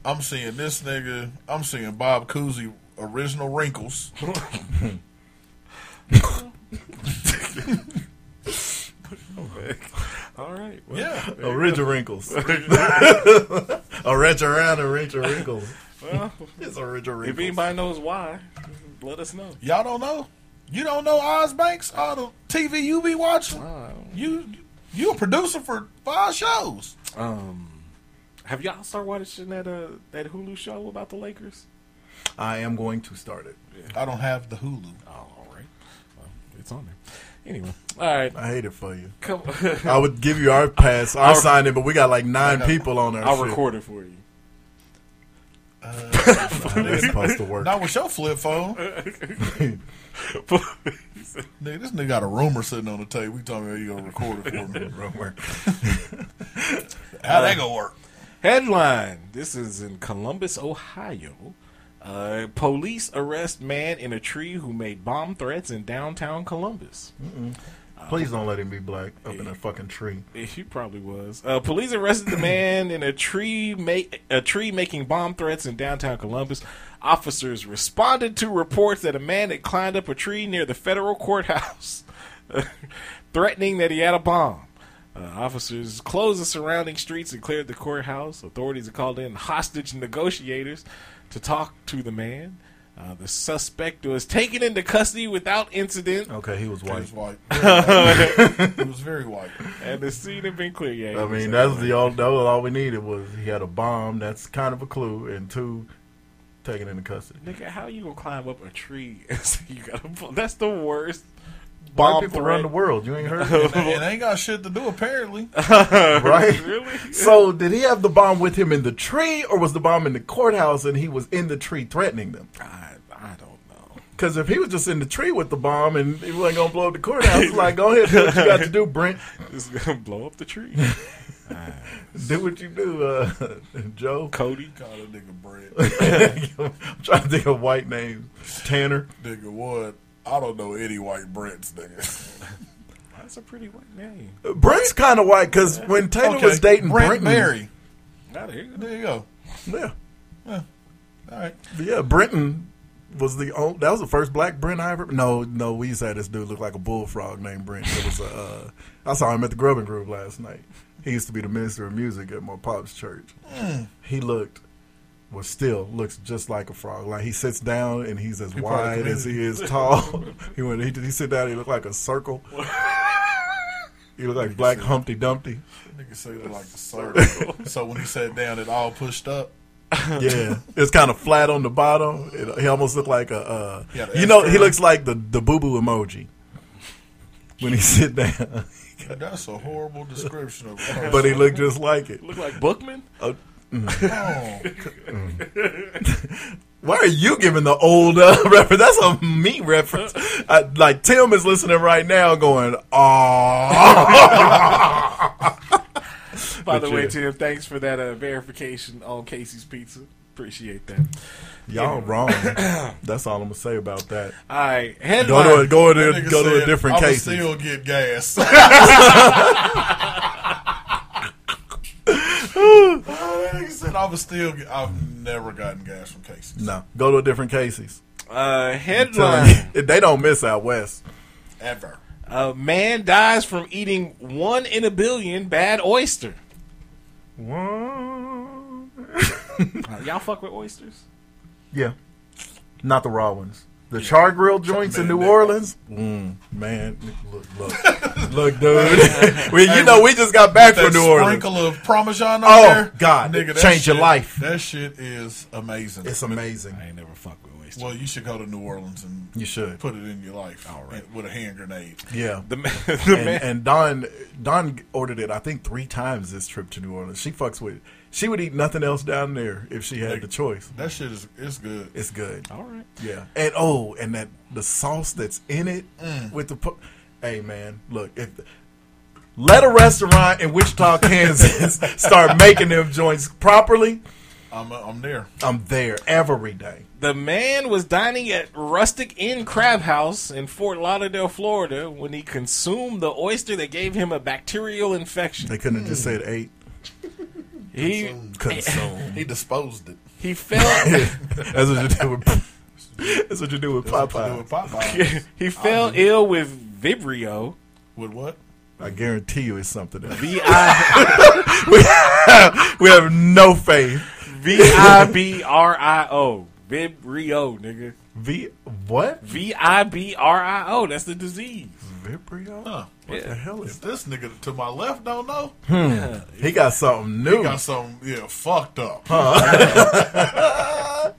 H: I'm seeing this nigga. I'm seeing Bob Cousy
G: <laughs>
H: original wrinkles.
B: All right.
H: Yeah.
B: there you go.
G: Original Oh, <laughs> wrinkles. a wrench around a wrench of wrinkles.
B: Well,
G: it's original
B: If
G: wrinkles.
B: anybody knows why, let us know.
H: Y'all don't know. You don't know Oz Banks. All the TV you be watching. You you a producer for five shows.
B: Um, have y'all started watching that uh that Hulu show about the Lakers?
G: I am going to start it.
H: I don't have the Hulu.
B: Oh, all right. Well, it's on there. Anyway, all right.
G: I hate it for you.
B: Come. <laughs>
G: I would give you our pass, our,
B: I'll-
G: sign in, but we got like
B: I
G: nine
B: know.
G: people on our
B: I'll
G: shit.
B: record it for you.
G: It's supposed to <laughs> work.
H: Not with your flip phone. Nigga, this nigga got a rumor sitting on the table. We talking about you gonna record it for me.
G: rumor.
H: How they gonna work?
B: Headline: This is in Columbus, Ohio. Uh, police arrest man in a tree who made bomb threats in downtown Columbus.
G: Please don't let him be black up in a fucking tree.
B: Yeah, <laughs> He probably was. Uh, police arrested the man in a tree ma- a tree making bomb threats in downtown Columbus. Officers responded to reports that a man had climbed up a tree near the federal courthouse, <laughs> threatening that he had a bomb. Uh, officers closed the surrounding streets and cleared the courthouse. Authorities called in hostage negotiators to talk to the man. Uh, the suspect was taken into custody without incident.
G: Okay, he was
H: He
G: white.
H: was white. Very white. He was very white.
B: And the scene had been cleared. Yeah,
G: I
B: he was
G: mean,
B: out.
G: that's the all. That was all we needed was he had a bomb. That's kind of a clue, and two, taken into custody.
B: Nigga, how you gonna climb up a tree <laughs> and say you got a bomb? That's the worst
G: White
B: bomb
G: people
B: threat.
G: run the world. You ain't <laughs> heard,
H: And it ain't got shit to do apparently.
G: <laughs> right?
B: Really?
G: So, did he have the bomb with him in the tree, or was the bomb in the courthouse and he was in the tree threatening them?
B: I, I don't know.
G: Because if he was just in the tree with the bomb and he wasn't gonna blow up the courthouse, it's like go ahead, do what you got to do, Brent.
B: It's gonna blow up
G: <laughs>
B: the tree.
G: Do what you do, uh, <laughs> Joe.
B: Cody.
H: Call a nigga bread.
G: I'm trying to think of white names. Tanner.
H: nigga, what? I don't know any white Brits, nigga.
B: That's a pretty white name.
G: Brent's kind of white because when Taylor was dating
H: Brent
G: Brent,
H: Mary.
B: Now there you go.
H: There you go.
G: yeah.
H: All right.
G: Yeah, Brenton was the only, that was the first black Brent I ever. No, no, we used to have this dude look like a bullfrog named Brent. It was a, uh, I saw him at the Grubbing Groove last night. He used to be the minister of music at my pop's church. He looked, well, still looks just like a frog. Like he sits down and he's as wide as he is tall. he went, he, he sit down, he looked like a circle. he looked like Black Humpty Dumpty.
H: Nigga say that like
G: <laughs>
H: a circle. so when he sat down, it all pushed up.
G: Yeah, it's kind of flat on the bottom. It, he almost looked like a, uh,
H: Yeah, the
G: you know,
H: extra-
G: he looks like the the boo boo emoji when he sit down. <laughs>
H: That's a horrible description of.
G: but he looked just like it. <laughs>
B: Look like Bookman.
H: Oh,
G: Why are you giving the old uh, <laughs> reference? That's a me reference. I, like Tim is listening right now, going, "Oh,
B: By the
G: But
B: way,
G: yeah.
B: Tim, thanks for that uh, verification on Casey's Pizza. Appreciate that.
G: <laughs> y'all
H: <coughs>
G: wrong." That's all I'm gonna say about that.
B: All right,
G: Go
B: headline.
G: to a, go
H: That
G: to
H: nigga
G: go to a
H: said,
G: different
H: "I'ma
G: case.
H: Still
G: <laughs>
H: get gas. <laughs> he said, "I was still. Get, I've never gotten gas from Casey's
G: No, go to a different Casey's.
B: uh,
G: Telling you,
B: headline.
G: <laughs> they don't miss out west.
H: ever."
B: A man dies from eating one in a billion bad oyster.
G: One.
B: Uh, y'all fuck with oysters?
G: Yeah. Not the raw ones. The char grill joints in New Orleans.
H: Mm, man,
G: look, look, <laughs> look dude. well, you know, we just got back
H: that
G: from New Orleans.
H: Sprinkle of Parmesan on
G: Oh,
H: there.
G: God,
H: nigga, that
G: change your
H: shit-
G: life.
H: That shit is amazing.
G: It's amazing. I
H: ain't never fucked with waste. Well, you should go to New Orleans and
G: You should.
H: put it in your life. All right, with a hand grenade.
G: Yeah,
B: <laughs>
H: the,
G: and, and Don Don ordered it. I think three times this trip to New Orleans. She fucks with. She would eat nothing else down there if she had the choice.
H: that shit is it's good.
G: It's good.
H: All right.
G: Yeah, and oh, and that the sauce that's in it
H: Mm.
G: with the. pu- Hey man, look if. Let a restaurant in Wichita,
H: <laughs>
G: Kansas, start making them joints properly.
H: I'm uh, I'm there.
G: I'm there every day.
B: The man was dining at Rustic Inn Crab House in Fort Lauderdale, Florida, when he consumed the oyster that gave him a bacterial infection.
G: They couldn't have
H: Mm.
G: just said eight.
B: He
H: <laughs>
G: Consumed.
H: He disposed it.
B: He
G: <laughs>
B: fell. <laughs>
G: That's what you do
H: <laughs>
G: with. That's what you do with
H: That's what you
G: Popeye.
H: do with Popeyes.
B: he fell ill with Vibrio.
H: With what?
G: I guarantee you, it's something. else.
B: V I
G: we, have, <laughs> we have no faith.
B: V I B R I O. Vibrio, nigga.
G: V what?
B: V I B R I O. That's the disease.
G: Vibrio?
H: Huh.
G: What the hell is
H: If this nigga to my left don't know,
G: Hmm. He got something new.
H: he got some yeah fucked up. <laughs>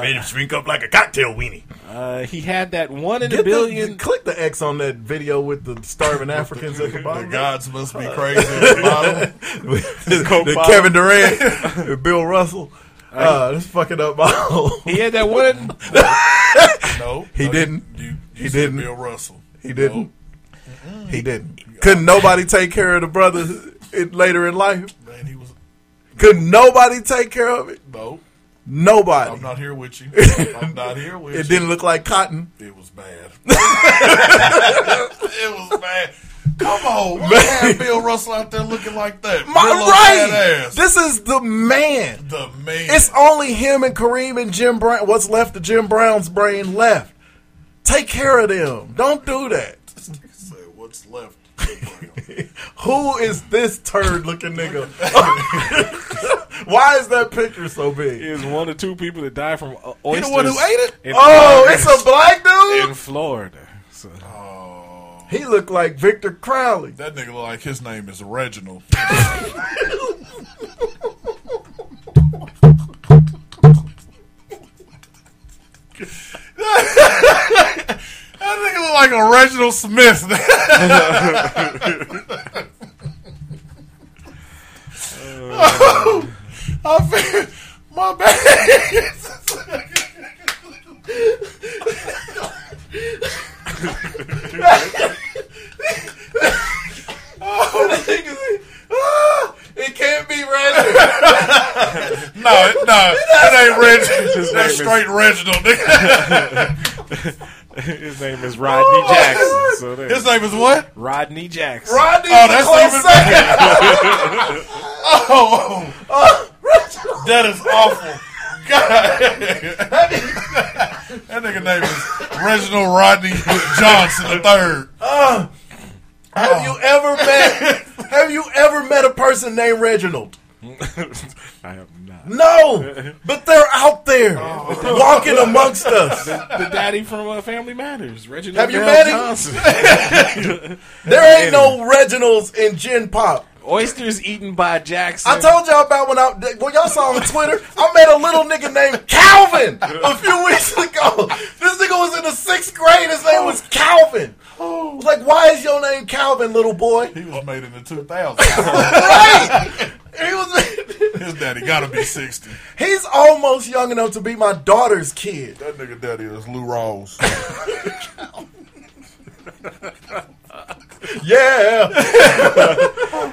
G: Made him shrink up like a cocktail weenie.
B: Uh, he had that one in
G: Get
B: a
G: the-
B: billion.
G: click the X on that video with the
H: <laughs>
G: starving <laughs> Africans at the
H: the
G: bottom.
H: gods must be crazy. at the
G: <laughs>
H: bottom. <laughs>
G: the
B: Coke bottle.
G: Kevin Durant, Bill Russell. Uh, this fucking up <laughs> all.
B: he had that one.
H: No,
G: He
H: no,
G: didn't.
H: You, you, you
G: He
H: said
G: didn't.
H: Bill Russell.
G: He didn't. He didn't. Couldn't nobody take care of the brothers in, later in life?
H: Man, he was
G: Couldn't nobody take care of it?
H: no. I'm
G: Nobody.
H: not here with
G: <laughs>
H: you. I'm not here with you.
G: It didn't look like cotton.
H: It was bad. <laughs> it was bad. Come on, why have Bill Russell out there looking like that?
G: My
H: Bill look
G: right.
H: badass.
G: This is the man.
H: the man.
G: It's only him and Kareem and Jim Brown. What's left of Jim Brown's brain left? Take care of them. Don't do that. <laughs>
H: Say what's left.
G: Who is this turd looking nigga? <laughs> Why is that picture so big?
B: Is one or two people that died from uh,
H: You
B: oysters.
H: the one who ate it?
B: in
G: Oh,
B: Florida-
G: it's a black dude.
B: in Florida. So,
G: He looked like Victor Crowley.
H: That nigga look like his name is Reginald. that nigga look like a Reginald Smith. <laughs> I feel my bad.
G: It can't be red.
H: No, it- no, it ain't Reginald.
B: name
H: That's
B: is-
H: straight Reginald. nigga.
G: <laughs>
B: his name is Rodney Jackson. So there.
H: His name is what?
B: Rodney Jackson.
G: <laughs>
B: <laughs>
G: Rodney,
H: Oh, that's
G: close
H: even-
G: second.
H: Oh, that is awful. God. that nigga name is Reginald Rodney Johnson the third.
G: Have you ever
H: <laughs>
G: met? Have you ever met a person named Reginald?
B: I have not.
G: No, but they're out there
H: Oh.
G: walking amongst
H: <laughs>
G: us.
B: The daddy from uh, Family Matters, Reginald
G: Have you
B: Bell
G: met him?
B: Johnson.
G: <laughs> There ain't no Reginalds in gin pop.
B: Oysters eaten by Jackson.
G: I told y'all about when I when y'all saw on Twitter. I met a little nigga named Calvin a few weeks ago. This nigga was in the sixth grade. His name was Calvin. Like, why is your name Calvin, little boy?
B: <laughs>
H: He was made in the 2000s.
G: Right? He was.
H: His daddy gotta be 60.
G: He's almost young enough to be my daughter's kid.
H: That nigga daddy is Lou Rawls.
G: <laughs> Yeah.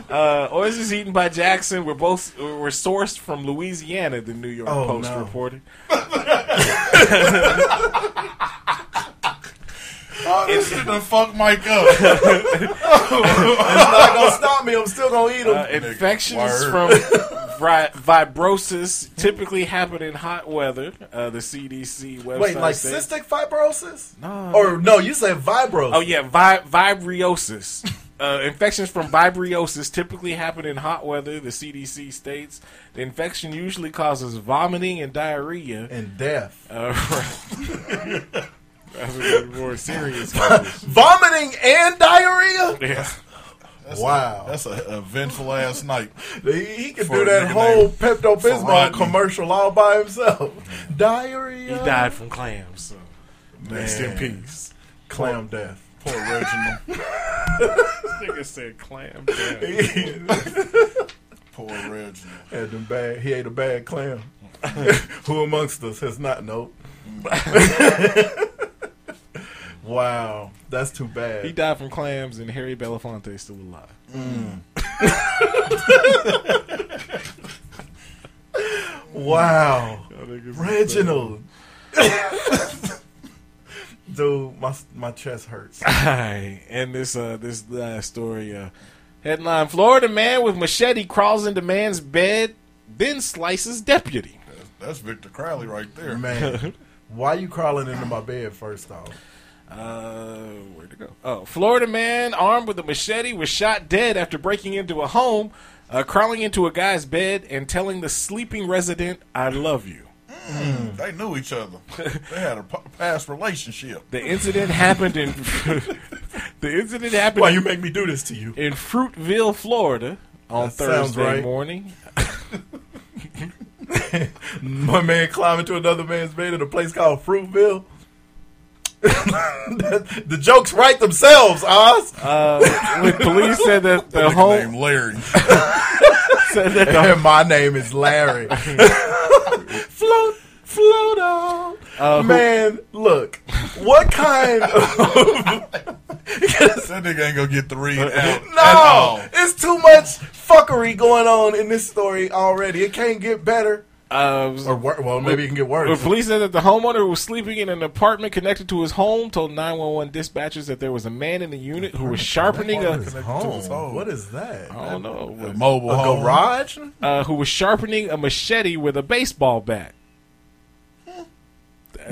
B: Uh, oysters eaten by Jackson were both were sourced from Louisiana. The New York
G: Oh,
B: Post
G: no.
B: reported.
H: Oh, this shit done fucked Mike up.
G: It's not gonna stop me. I'm still gonna eat him.
B: Uh, infections
H: Word.
B: from vi- vibrosis typically happen in hot weather. Uh, the CDC website.
G: Wait, like
B: said-
G: cystic fibrosis? No. Or no, you said vibrosis.
B: <laughs> Oh yeah, vi- Oh, vibriosis. Uh, infections from vibriosis typically happen in hot weather, the CDC states. The infection usually causes vomiting and diarrhea.
G: And death.
B: Uh, <laughs> right. That's a more serious causes.
G: Vomiting and diarrhea?
B: <laughs> Yeah.
H: That's
G: wow.
H: A, that's a, a vengeful ass night.
G: He, he could do that whole Pepto Bismol
H: Rodney.
G: commercial all by himself. Diarrhea.
B: He died from clams, so rest in
G: Man.
B: peace.
G: Clam death.
H: Poor Reginald.
B: Nigga said clam.
H: Poor Reginald.
G: <laughs> Had them bad. He ate a bad <laughs> clam. Who amongst us has not? <laughs> Nope. wow, that's too bad.
B: He died from clams, and Harry Belafonte is still alive. <laughs>
G: Wow,
B: Y'all niggas is
G: Reginald. Dude, my my chest hurts.
B: Hi, and this uh this last story uh headline: Florida man with machete crawls into man's bed, then slices deputy.
H: That's, that's Victor Crowley right there.
G: <laughs> Man, why you crawling into my bed first off?
B: Uh, where'd it go? Oh, Florida man armed with a machete was shot dead after breaking into a home, uh, crawling into a guy's bed, and telling the sleeping resident, "I love you."
H: They knew each other. They had a p- past relationship.
B: The
G: <laughs>
B: incident happened in <laughs> the incident happened
G: Why you make me do this to you?
B: in Fruitville, Florida, on
G: That sounds
B: Thursday
G: right.
B: morning.
G: My man climbed into another man's bed in a place called Fruitville. <laughs> the jokes write themselves, Oz.
B: Uh, when police said that the
H: Nigga
B: home
H: named Larry.
B: said that the
G: and my name is
H: <laughs>
G: Larry. float, float on,
B: Uh, who-
G: man.
H: <laughs>
G: Look, what kind of
H: That nigga ain't gonna get the
B: Uh,
H: read out.
G: <laughs>
H: at all.
G: no? It's too much fuckery going on in this story already. It can't get better
B: Uh,
G: or wor- well, maybe it can get
B: the
G: worse.
B: police said that the homeowner who was sleeping in an apartment connected to his home told 911 dispatchers that there was a man in the unit who was sharpening
H: Apartment
B: a
H: connected to
G: Home.
H: his home.
G: What is that?
B: I don't know
H: A
B: what-
H: mobile
G: A
H: home.
G: garage?
B: uh, who was sharpening a machete with a baseball bat.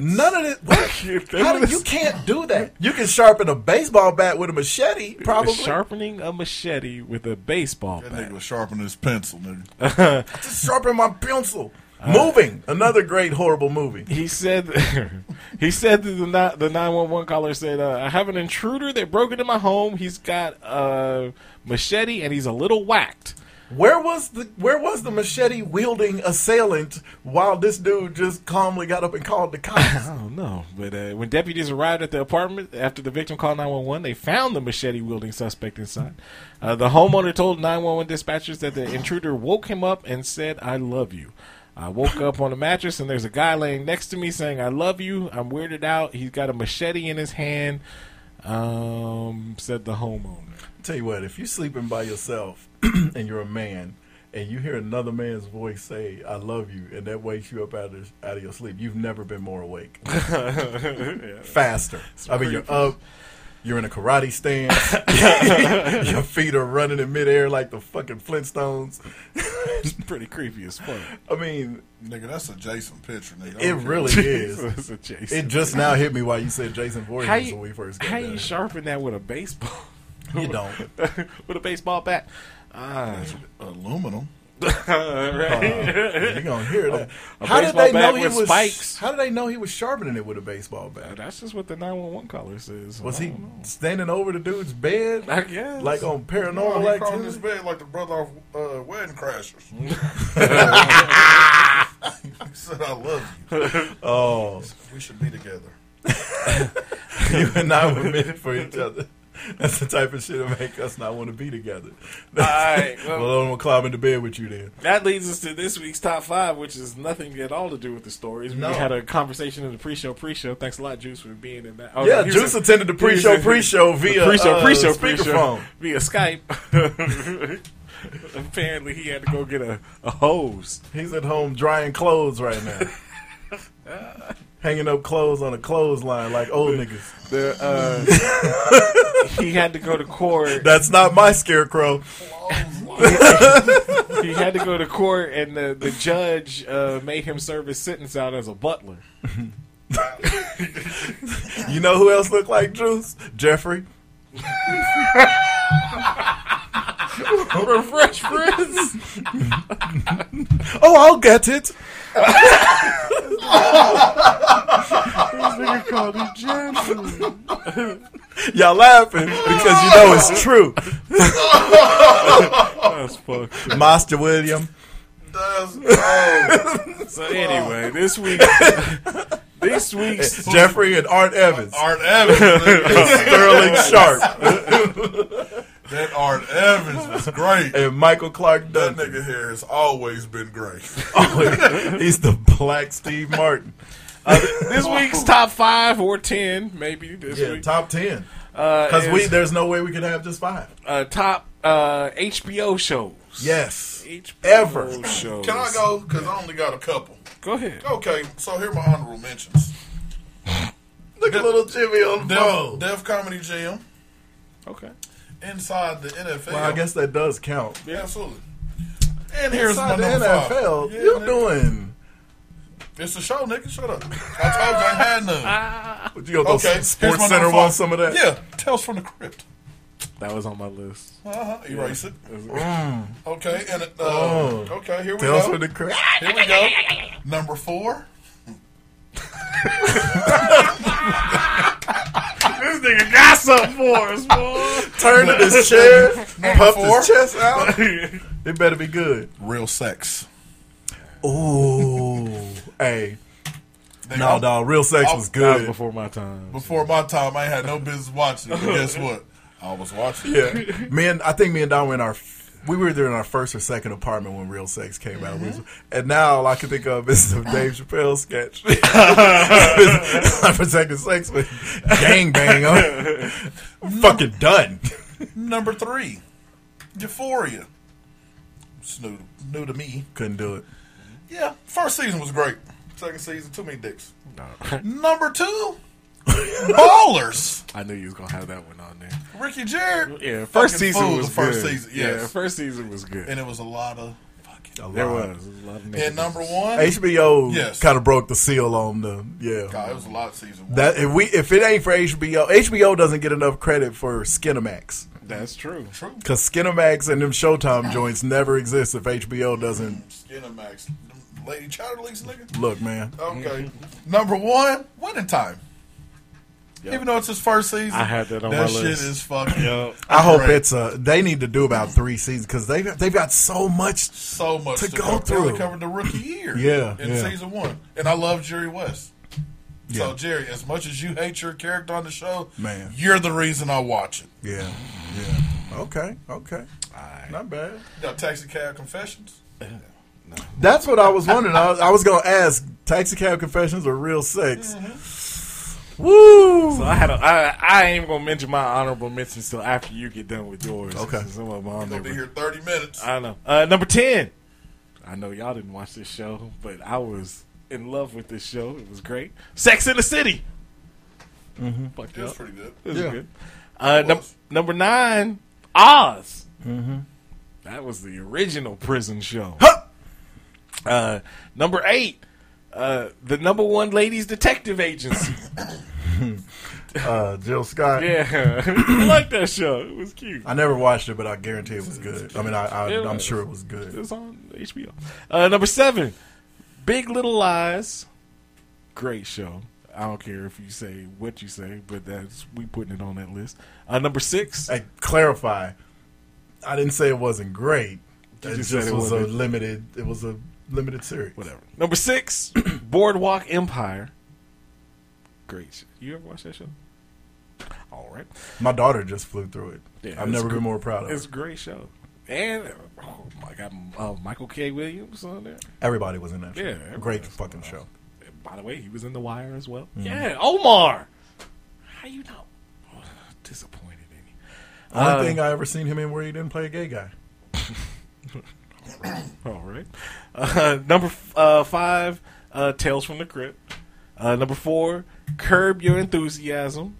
G: None of it. What? <laughs>
B: If they
G: How do
B: would've-
G: you can't do that? You can sharpen a baseball bat with a machete, probably.
B: sharpening a machete with a baseball
H: That
B: bat.
H: nigga was sharpening his pencil, nigga.
G: Just sharpen my pencil. Moving, another great horrible movie.
B: He said, <laughs> he said that the ni- the nine one one caller said, uh, "I have an intruder that broke into my home. He's got a machete and he's a little whacked."
G: Where was the Where was the machete wielding assailant while this dude just calmly got up and called the cops?
B: I don't know, but uh, when deputies arrived at the apartment after the victim called 911, they found the machete wielding suspect inside. Uh, the homeowner told 911 dispatchers that the intruder woke him up and said, I love you. I woke up on a mattress and there's a guy laying next to me saying, I love you. I'm weirded out. He's got a machete in his hand, um, said the homeowner. <laughs>
G: Tell you what, if you're sleeping by yourself <clears throat> and you're a man and you hear another man's voice say "I love you" and that wakes you up out of out of your sleep, you've never been more
B: <laughs>
G: awake. Faster. I mean, you're up. You're in a karate
B: <laughs>
G: stance. your feet are running in midair like the fucking Flintstones.
B: It's pretty creepy as fuck.
G: I mean,
H: Nigga, that's a Jason picture,
G: <laughs>
H: nigga.
G: it really
B: <laughs>
G: is.
B: It's a Jason. <laughs>
G: It just now hit me why you said Jason
B: how
G: Voorhees
B: you,
G: when we first got
B: how
G: there.
B: you sharpen that with a baseball? <laughs>
G: You don't.
B: with a baseball bat? Ah,
H: aluminum.
B: <laughs>
G: You're gonna hear that.
B: A
G: how did
B: baseball
G: they
B: bat
G: know he
B: with
G: was?
B: spikes.
G: How did they know he was sharpening it with a baseball bat?
B: That's just what the 911 caller says.
G: Was
B: I
G: he
B: don't know.
G: standing over the dude's bed?
B: I guess.
G: Like oh. on
H: No,
G: paranormal
H: he crawled his
G: activity?
H: bed like the brother off uh, Wedding <laughs> Crashers. he said, I love you. <laughs>
G: Oh,
H: We should be together.
G: <laughs> you and I were meant for each other. That's the type of shit that make us not want to be together. <laughs>
B: right,
G: well,
B: well-
G: I'm gonna climb into bed with you then.
B: That leads us to this week's top five, which is nothing at all to do with the stories.
G: No.
B: We had a conversation in the pre-show. Pre-show. Thanks a lot, Juice, for being in that. Oh,
G: yeah,
B: he was
G: Juice
B: in-
G: attended the
B: he was
G: pre-show,
B: in-
G: pre-show
B: the
G: via
B: pre-show, pre-show,
G: uh,
B: pre-show
G: speakerphone.
B: via Skype. <laughs> Apparently, he had to go get a, a hose.
G: He's at home drying clothes right now.
B: <laughs>
G: Hanging up clothes on a clothesline like old niggas.
B: The, uh, he had to go to
G: <laughs>
B: court.
G: That's not my scarecrow.
B: He had to go to court, and the the judge uh, made him serve his sentence out as a butler.
G: You know who else looked like Juice? Jeffrey.
B: <laughs> Refresh Prince.
G: Oh, I'll get it.
I: nigga called you Jensen.
G: Y'all laughing because you know it's true.
B: That's fucked.
G: Master William.
H: <laughs> Oh.
B: so anyway,
G: <laughs>
B: this week, this week's
G: Jeffrey and Art Evans.
H: Art Evans.
G: Sterling
H: Sharp. <laughs> that Art Evans was great.
G: And Michael Clark
H: That nigga here has always been great.
G: <laughs> He's the black Steve Martin.
B: Uh, this week's top five or ten, maybe this
G: Yeah,
B: week.
G: top ten.
B: Uh,
G: Because we
B: is,
G: there's no way we could have just five.
B: uh, top uh, HBO shows.
G: Yes.
B: HBO
G: Ever.
B: shows.
H: Can I go? Because I only got a couple.
B: Go ahead.
H: Okay, so here are my honorable mentions.
G: Look at little Jimmy on the
H: Def,
G: phone.
H: Def Comedy Jam.
B: Okay.
H: Inside the NFL.
G: Well, I guess that does count.
H: Yeah, absolutely. And here's
G: Inside
H: my
G: the
H: number five.
G: NFL.
H: Yeah,
G: you
H: nigga.
G: doing?
H: It's a show, nigga. Shut up. I told you I had none.
G: You gonna go
H: Okay, here's my
G: Sports Center
H: number
G: want
H: five.
G: some of that?
H: Yeah, Tales from the Crypt.
B: That was on my list.
H: Uh-huh. Erase it.
G: Mm.
H: Okay, and it, uh,
G: Oh.
H: okay, here we
G: Tales
H: go.
G: from the
H: <laughs>
G: Crypt.
H: Here we go. Number four.
B: This nigga got something for
G: <laughs>
B: us, boy.
G: Turned in his
H: <laughs>
G: chair,
H: Number
G: puffed
H: four.
G: his chest
H: <laughs>
G: out. It better be good.
H: Real sex.
G: Ooh, hey, no, no, real sex was
B: that was
G: good.
B: before my time.
H: Before my time, I had no business watching it.
G: <laughs>
H: But guess what? I was watching.
G: Yeah, <laughs>
H: it.
G: me and I think me and Don were in our we were either in our first or second apartment when Real Sex came out, We was- and now all I can think of is the <laughs> Dave Chappelle sketch. I'm protecting sex with gang bang. I'm, I'm fucking done.
H: Number three, Euphoria. It's new, new to me.
G: Couldn't do it.
H: Yeah, first season was great. Second season, too many dicks. Number two, Ballers.
B: <laughs> I knew you was gonna have that one on there.
H: Ricky Jarrett.
B: Yeah, first
H: Fucking
B: season
H: fool,
B: was
H: the first
B: good.
H: season. Yes.
B: Yeah, first season was good.
H: and it was a lot of.
B: there was, There was a lot of niggas.
H: And number one,
G: HBO
H: Yes.
G: kind of broke the seal on the yeah.
H: God, it was a lot of season one.
G: That if we if it ain't for HBO, HBO doesn't get enough credit for Skinamax
B: That's true.
H: True.
G: because Skinamax and them Showtime <laughs> joints never exist if HBO doesn't
H: Skinamax, Lady Chatterley's nigga.
G: look, man.
H: Okay.
B: Mm-hmm.
H: Number one, winning time. Even though it's his first season,
B: I had that on my
H: shit
B: list.
H: is fucking
B: Yup.
G: I hope
H: great.
G: it's a. They need to do about three seasons because they they've got so much.
H: so much
G: to
H: to,
G: go
H: go through.
G: through.
H: covered the rookie
G: <clears throat>
H: year,
G: Yeah,
H: in
G: yeah.
H: season one. And I love Jerry West.
G: Yeah.
H: So Jerry, as much as you hate your character on the show,
G: Man.
H: you're the reason I watch it.
G: Yeah, yeah. Okay, okay. Not bad.
H: You got Taxi Cab Confessions.
G: That's what I was wondering. I was, I was gonna ask: Taxi Cab Confessions or Real Sex? Woo!
B: Mm-hmm. So I had a, I, I ain't even gonna mention my honorable mentions till after you get done with yours.
G: Okay.
B: Since Some of them
H: Gonna
B: on there.
H: be
B: but-
H: here thirty minutes.
B: I know. Uh, number ten. I know y'all didn't watch this show, but I was in love with this show. It was great. Sex in the City. Mm-hmm. Fucked
H: It was
B: up.
H: pretty good.
B: It was
G: Yeah.
B: good. Uh,
H: It
B: num-
H: was.
B: number nine, Oz. That was the original prison show. Uh, number eight, uh, the number one ladies detective agency.
G: Uh, Jill Scott.
B: <laughs> yeah, <laughs> I like that show. It was cute.
G: I never watched it, but I guarantee it was good. I mean, I, I I'm sure it was
B: It
G: good.
B: was on HBO. Uh, number seven, Big Little Lies. Great show. I don't care if you say what you say, but that's we putting it on that list. Uh, number six,
G: Hey, clarify. I didn't say it wasn't great.
B: You
G: It just
B: just said it
G: was a
B: wasn't.
G: limited. It was a limited series.
B: whatever. Number six, <clears throat> Boardwalk Empire. Great. Show. You ever watch that show? All right,
G: My daughter just flew through it.
B: Yeah,
G: I've
B: it's
G: never
B: gr-
G: been more proud of
B: it's
G: it.
B: a great show. And oh, I got uh, Michael K. Williams on there.
G: Everybody was in that.
B: Yeah,
G: Yeah,
B: everybody
G: great
B: was in
G: fucking show.
B: By the way, he was in The Wire as well. Yeah, Omar. How you not uh, disappointed in you?
G: Only
B: Uh,
G: thing I ever seen him in where he didn't play a gay guy.
B: All right. Uh, number f- uh, five, uh, Tales from the Crypt. Uh, number four, Curb Your Enthusiasm.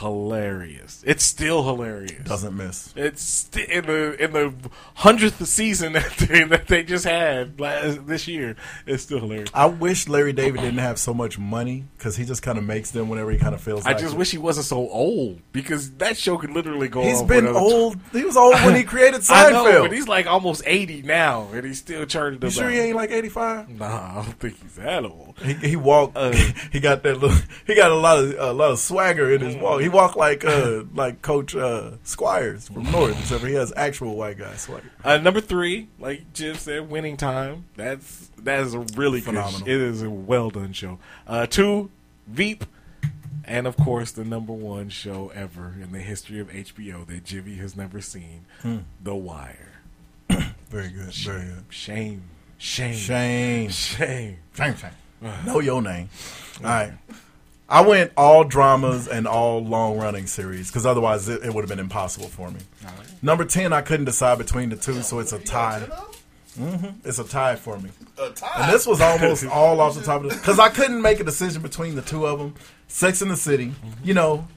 B: hilarious. It's still hilarious.
G: Doesn't miss.
B: It's st- in the in the hundredth season <laughs> that they, that they just had last this year. It's still hilarious.
G: I wish Larry David didn't have so much money because he just kind of makes them whenever he kind of feels.
B: I
G: like
B: just
G: it.
B: wish he wasn't so old because that show could literally go.
G: He's
B: on
G: been
B: for another-
G: old. He was old when he created
B: <laughs> I know,
G: Seinfeld.
B: but he's like almost eighty now, and he's still churning
G: You
B: them.
G: sure
B: out.
G: he ain't like eighty five?
B: Nah, I don't think he's that old.
G: He, he walked.
B: Uh.
G: <laughs> he got that little. He got a lot of a lot of swagger in his walk.
B: Mm-hmm.
G: He walked like uh like Coach uh, Squires from North, except he has actual white guy swagger.
B: Uh, number three, like Jim said, winning time. That's that is a really phenomenal.
G: Phenomenal.
B: Good, sh- it is a well done show. Uh, two, Veep, and of course the number one show ever in the history of HBO that Jimmy has never seen,
G: Hmm.
B: The Wire.
G: Very good. Very good.
B: Shame, shame,
G: Shame.
B: shame,
G: Shame. Shame. Know your name. All right. I went all dramas and all long running series because otherwise it, it would have been impossible for me. Number ten, I couldn't decide between the two, so it's a tie. hmm It's a tie for me.
H: A tie?
G: And this was almost all off the top of the because I couldn't make a decision between the two of them. Sex in the City, you know,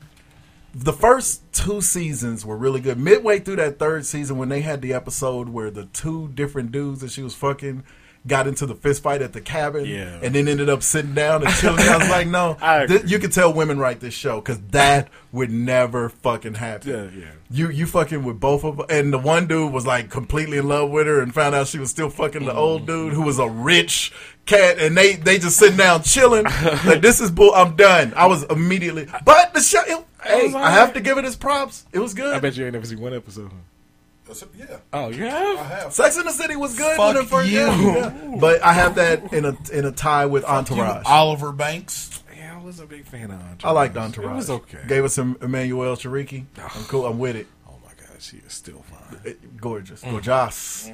G: the first two seasons were really good. Midway through that third season, when they had the episode where the two different dudes that she was fucking got into the fist fight at the cabin,
B: Yeah.
G: and then ended up sitting down and chilling. I was like, no, th- you can tell women write this show because that would never fucking happen.
B: Yeah, yeah.
G: You you fucking with both of them, and the one dude was like completely in love with her, and found out she was still fucking the
B: Mm-hmm.
G: old dude who was a rich cat, and they they just sitting down chilling. like this is bull. I'm done. I was immediately, but the show. It, hey, I have to give it his props. It was good.
B: I bet you ain't never seen one episode.
H: That's it, yeah.
B: Oh, you have?
H: I have.
G: Sex in the City was good
H: Fuck
G: when it first
H: you.
G: yeah, yeah. but I have that in a in a tie with Entourage.
H: Oliver Banks.
B: Yeah, I was a big fan of Entourage.
G: I liked Entourage.
B: It was okay.
G: Gave us some Emmanuel Chariki. I'm cool. I'm with it.
B: Oh my god, she is still fine.
G: It- gorgeous,
B: Mm.
G: gorgeous.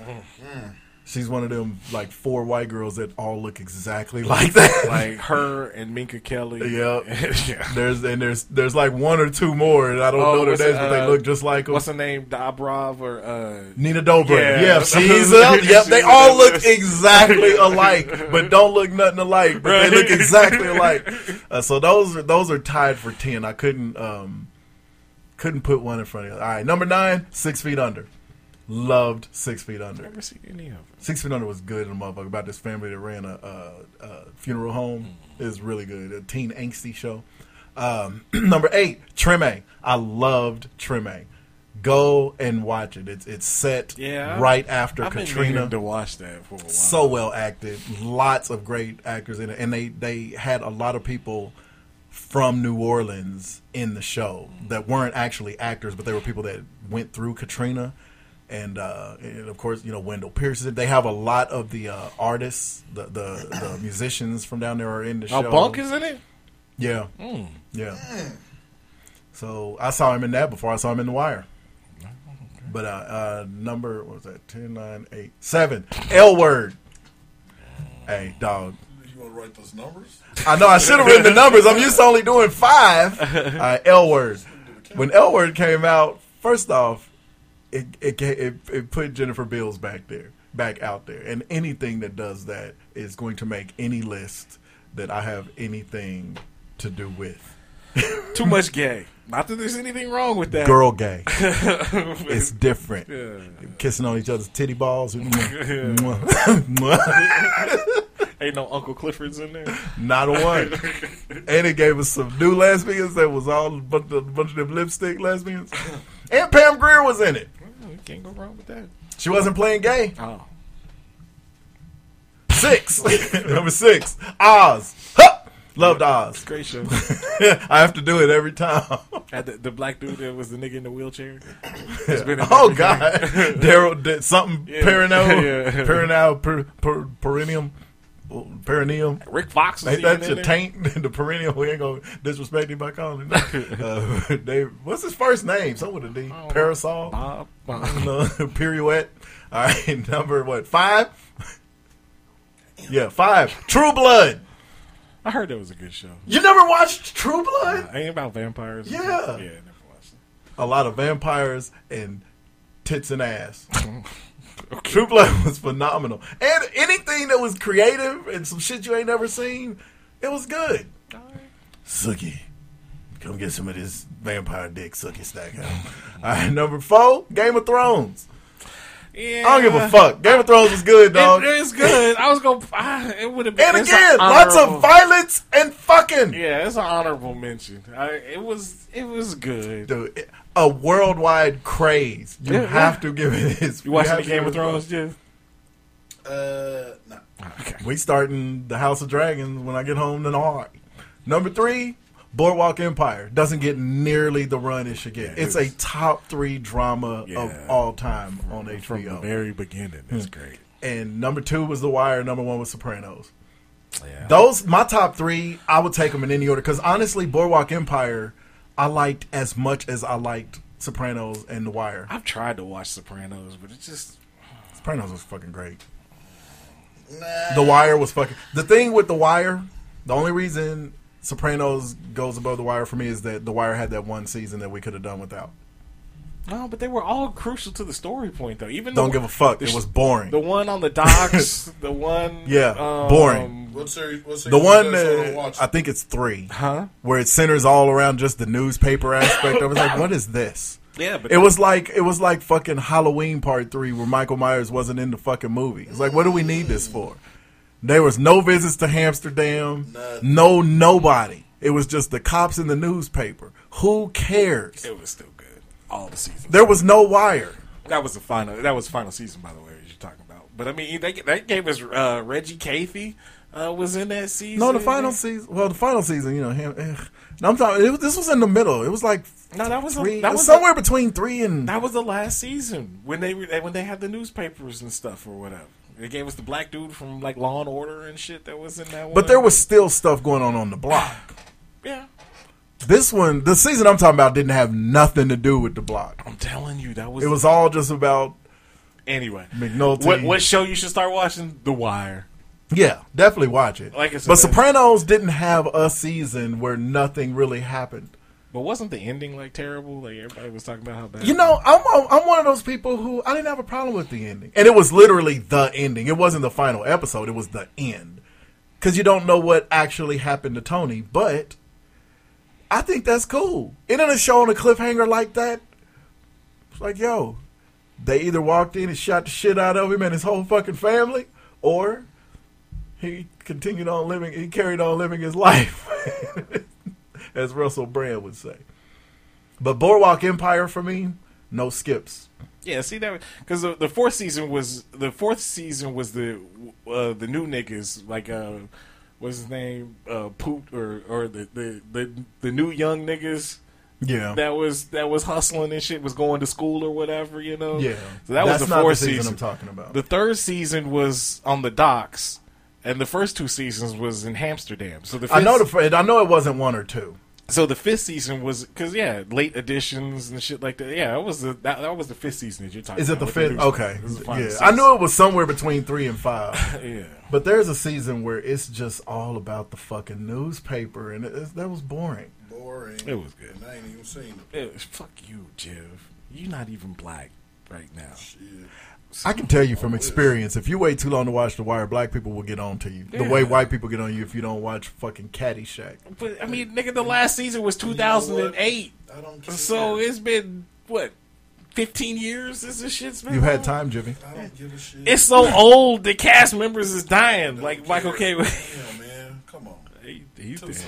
G: She's one of them like four white girls that all look
B: <laughs>
G: exactly like that.
B: like her and Minka Kelly.
G: <laughs> Yep.
B: <laughs> yeah.
G: There's and there's there's like one or two more, and I don't know their
B: what's
G: names,
B: it,
G: but they
B: uh,
G: look just like 'em.
B: What's her name? Dobrov or uh,
G: Nina Dobrev.
B: Yeah.
G: Yeah,
B: <laughs>
G: she's a, yep. They
B: She's
G: all
B: a-
G: look exactly
B: <laughs>
G: alike, but don't look nothing alike. But they look
B: Right.
G: exactly
B: <laughs>
G: alike. Uh, so those are those are tied for ten. I couldn't um couldn't put one in front of the other. All right, number nine, Six Feet Under. Loved Six Feet Under.
B: Never seen any of it.
G: Six Feet Under was good in the motherfucker about this family that ran a, uh uh funeral home.
B: Mm-hmm.
G: Is really good. A teen angsty show. Um, <clears throat> number eight, Treme. I loved Treme. Go and watch it. It's it's set
B: Yeah,
G: right after
B: I've been
G: Katrina.
B: meaning to watch that for a while.
G: So well acted. Lots of great actors in it, and they they had a lot of people from New Orleans in the show that weren't actually actors, but they were people that went through Katrina. And, uh, and of course, you know Wendell Pierce. They have a lot of the uh, artists, the, the the musicians from down there are in the
B: Oh,
G: show.
B: Bunk is in it.
G: Yeah,
B: Mm.
G: yeah. So I saw him in that before I saw him in The Wire. But uh, uh, number what was that? Ten, nine, eight, seven. L word. Hey, dog.
H: You want to write those numbers?
G: I know I should have written the numbers. I'm used to only doing five. Uh, L word. When L word came out, first off, it it, ga- it it put Jennifer Bills back there, back out there, and anything that does that is going to make any list that I have anything to do with.
B: Too much gay. Not that there's anything wrong with that.
G: Girl
B: <laughs>
G: gay. it's different.
B: Yeah.
G: Kissing on each other's titty
B: <laughs>
G: balls. Mwah, mwah, mwah.
B: Ain't no Uncle Clifford's in there.
G: Not a one. and it gave us some new lesbians that was all a bunch of, bunch of them lipstick lesbians. And Pam Greer was in it.
B: You can't go wrong with that.
G: She wasn't playing gay.
B: Oh.
G: Six. <laughs> Number six. Oz. Huh. Loved Oz. <laughs>
B: Great show.
G: I have to do it every time.
B: <laughs> Had the, the black dude that was the nigga in the
G: <laughs>
B: wheelchair. It's been in
G: oh
B: everything. <laughs>
G: God, Daryl did something
B: Yeah.
G: perineal,
B: <laughs> Yeah.
G: perineal, per, per, perineum, well, perineum.
B: Rick Fox was
G: Ain't that
B: even in
G: your
B: there?
G: taint? <laughs> The perennial. We ain't gonna disrespect him by calling him. that. uh, Dave, what's his first name? Something with a D. Parasol.
B: Bob.
G: <laughs> No, pirouette. All right, <laughs> number what? Five. Yeah, five. True Blood.
B: I heard that was a good show.
G: You never watched True Blood?
B: Ain't about vampires.
G: Yeah.
B: Yeah, I never watched
G: A lot of vampires and tits and ass.
B: it. <laughs> Okay.
G: True Blood <laughs> was phenomenal. And anything that was creative and some shit you ain't never seen, it was good. Suki, Come get some of this vampire dick sucky stack out. All right, number four, Game of Thrones.
B: Yeah.
G: I don't give a fuck. Game of Thrones was good, dog.
B: It, it's good. I was gonna. I, it would have been.
G: and
B: it's
G: again,
B: an
G: lots
B: honorable-
G: of violence and fucking.
B: Yeah, it's an honorable mention. I, it was. It was good.
G: Dude, it- a worldwide craze. You
B: Yeah, yeah.
G: have to give it his.
B: You watching
G: have
B: the
G: to
B: Game
G: give
B: of
G: it his-
B: Thrones, Jeff?
H: Uh, no.
G: We starting the House of Dragons when I get home tonight. Number three, Boardwalk Empire doesn't get nearly the run it should get. it's, a top three drama of all time on HBO.
B: From the very beginning, it's great.
G: and number two was The Wire. Number one was Sopranos. Those my top three. I would take them in any order because honestly, Boardwalk Empire, I liked as much as I liked Sopranos and The Wire.
B: I've tried to watch Sopranos, but it's just
G: Sopranos was fucking great. The Wire was fucking. The thing with The Wire, the only reason Sopranos goes above The Wire for me is that The Wire had that one season that we could have done without.
B: no. But they were all crucial to the story point, though. Even
G: Don't
B: the-
G: give a fuck.
B: the
G: It
B: sh-
G: was boring.
B: The one on
G: <laughs>
B: the docks. the one.
G: Yeah,
B: um,
G: boring.
H: What series? What series
G: The one
H: is that? So I don't
G: that
H: watch
G: I
H: it.
G: think it's three, huh? Where it centers all around just the newspaper aspect. I was like, what is this?
B: Yeah, but
G: it was like it was like fucking Halloween Part Three, where Michael Myers wasn't in the fucking movie. It's like, what do we need this for? There was no visits to Amsterdam, no nobody. It was just the cops in the newspaper. Who cares?
B: It was still good. All the seasons.
G: There was no wire.
B: That was the final. That was the final season, by the way. You're talking about. But I mean, they, that gave us uh, Reggie Cathy uh, was in that season.
G: No, the final season. Well, the final season, you know, him. eh. No, I'm talking. It was, this was in the middle. It was like
B: No, that was a-
G: three,
B: that
G: it
B: was a-
G: somewhere between three and
B: That was the last season when they were when they had the newspapers and stuff or whatever. They gave us the black dude from like Law and Order and shit that was in that one.
G: But there was still stuff going on on the block.
B: Yeah.
G: This one, the season I'm talking about, didn't have nothing to do with the block.
B: I'm telling you, that was
G: It was all just about
B: anyway.
G: McNulty.
B: What what show you should start watching? The Wire.
G: Yeah, definitely watch it.
B: Like I said,
G: but
B: that-
G: Sopranos didn't have a season where nothing really happened.
B: But wasn't the ending like terrible? Like everybody was talking about how bad.
G: You know, I'm I'm one of those people who I didn't have a problem with the ending, and it was literally the ending. It wasn't the final episode; it was the end, because you don't know what actually happened to Tony. But I think that's cool. Ending a show on a cliffhanger like that, it's like yo, they either walked in and shot the shit out of him and his whole fucking family, or he continued on living. He carried on living his <laughs> life, as Russell Brand would say. But Boardwalk Empire for me, no skips.
B: Yeah, see that because the, the fourth season was the fourth season was the uh, the new niggas like uh, what's his name uh, Poot or or the, the the the new young niggas.
G: Yeah.
B: that was that was hustling and shit was going to school or whatever you know.
G: Yeah.
B: so that
G: That's
B: was the
G: not
B: fourth
G: the season
B: season
G: I'm talking about.
B: The third season was on the docks, and the first two seasons was in Amsterdam. So the fifth,
G: I know the fr- I know it wasn't one or two.
B: so the fifth season was because yeah, late additions and shit like that. Yeah, that was the that, that was the fifth season that you're talking.
G: Is it
B: about
G: the
B: with
G: fifth?
B: new-
G: Okay,
B: it was the
G: yeah.
B: final
G: I
B: season.
G: knew it was somewhere between three and five.
B: <laughs> Yeah.
G: But there's a season where it's just all about the fucking newspaper, and it, it's- that was boring.
H: boring.
B: It was good.
H: And I ain't even seen it.
B: Yeah, fuck you, Jeff. You're not even black right now.
G: I can tell you from experience, if you wait too long to watch The Wire, black people will get on to you. The way
B: Yeah.
G: white people get on you if you don't watch fucking Caddyshack.
B: But I mean, nigga, the last season was 2008. so it's been what 15 years since this shit's been.
G: You had
B: on?
G: time, Jimmy.
B: It's so old. The cast members is dying. Like Michael <laughs>
H: <laughs>
B: K.
H: Yeah, man. Come on.
B: He, he's
H: Too
B: dead.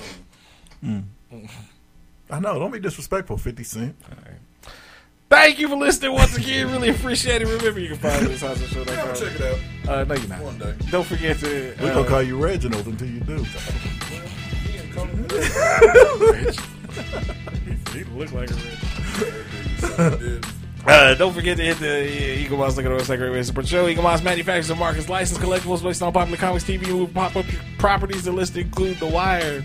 H: soon.
G: I know. Don't be disrespectful, Fifty Cent.
B: Thank you for listening once again. Really appreciate it. Remember, you can find us on the show.
H: Come check it out.
B: Uh, no, you're not.
H: One day.
B: Don't forget to.
G: We're
B: uh,
G: gonna call you Reginald until you do.
B: He look like a rich.
H: Dude.
B: <laughs> Uh, don't forget to hit the uh, Eagle Moss. Look at our website, Great Way to Support the Show. Eagle Moss manufactures and markets licensed collectibles based on popular comics, TV, and pop up properties. The list include The Wire.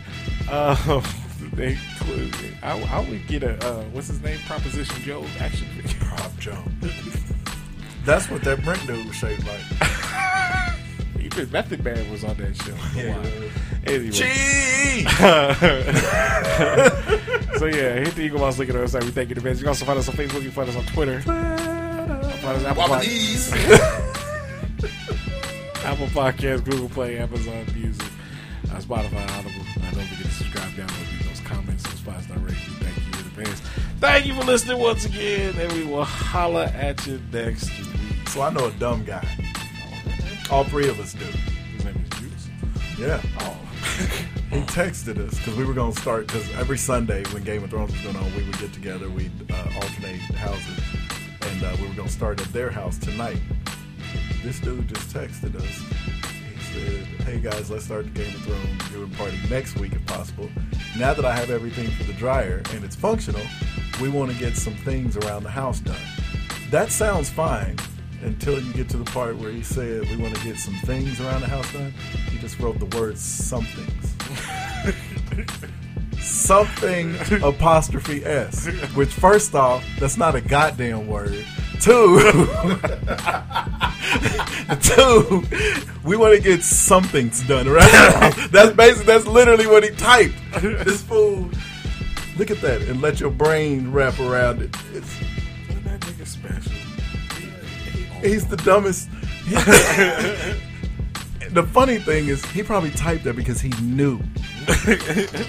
B: Uh, <laughs> they include. I, I would get a uh, what's his name? Proposition Joe action figure.
G: Prop jump. <laughs> That's what that Brent dude was shaped like.
B: Even Method Man was on that show.
G: Yeah, he
B: Wow. Anyway.
G: Gee!
B: <laughs> so yeah, hit the Eagle Moss. Look at our website. We thank you in advance. You can also find us on Facebook. You can find us on Twitter. Find us on Apple Pod- Apple Podcasts, Google Play, Amazon Music, uh, Spotify, Audible. Uh, don't forget to subscribe, download, leave those comments, those five star ratings. pants. Thank you for listening once again, and we will holla at you next week.
G: So I know a dumb guy. All three of us do.
B: His name is Juice.
G: Yeah. <laughs> he texted us because we were going to start because every Sunday when Game of Thrones was going on, we would get together, we'd uh, alternate houses, and uh, we were going to start at their house tonight. This dude just texted us. He said, "Hey guys, let's start the Game of Thrones viewing party next week if possible. Now that I have everything for the dryer and it's functional, we want to get some things around the house done. That sounds fine." Until you get to the part where he said we want to get some things around the house done, he just wrote the word somethings something apostrophe s which first off that's not a goddamn word two <laughs> two we want to get something's done right that's basically that's literally what he typed this fool look at that and let your brain wrap around it it's,
B: that nigga special.
G: he's the dumbest <laughs> the funny thing is he probably typed that because he knew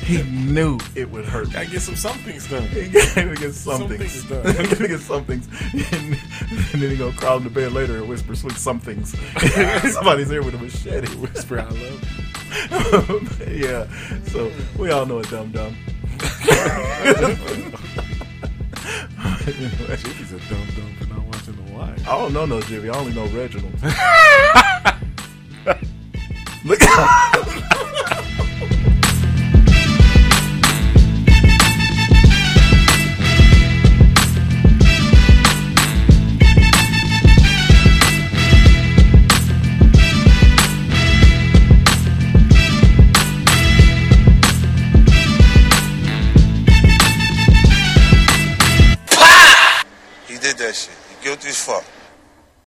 G: he knew it would hurt me. <laughs>
B: Gotta get some somethings done.
G: gotta get something.
B: Something's
G: <laughs>
B: done.
G: gotta get somethings. And, and then he gonna crawl into bed later and whisper sweet somethings. <laughs> Somebody's there with a machete.
B: Whisper, I love
G: <laughs> yeah. So we all know a dumb <laughs> dumb. anyway.
B: Jiggy's a dumb dumb for not watching the wire.
G: I don't know no Jimmy. I only know Reginald. <laughs> Look.
J: He did that shit. You guilty as fuck.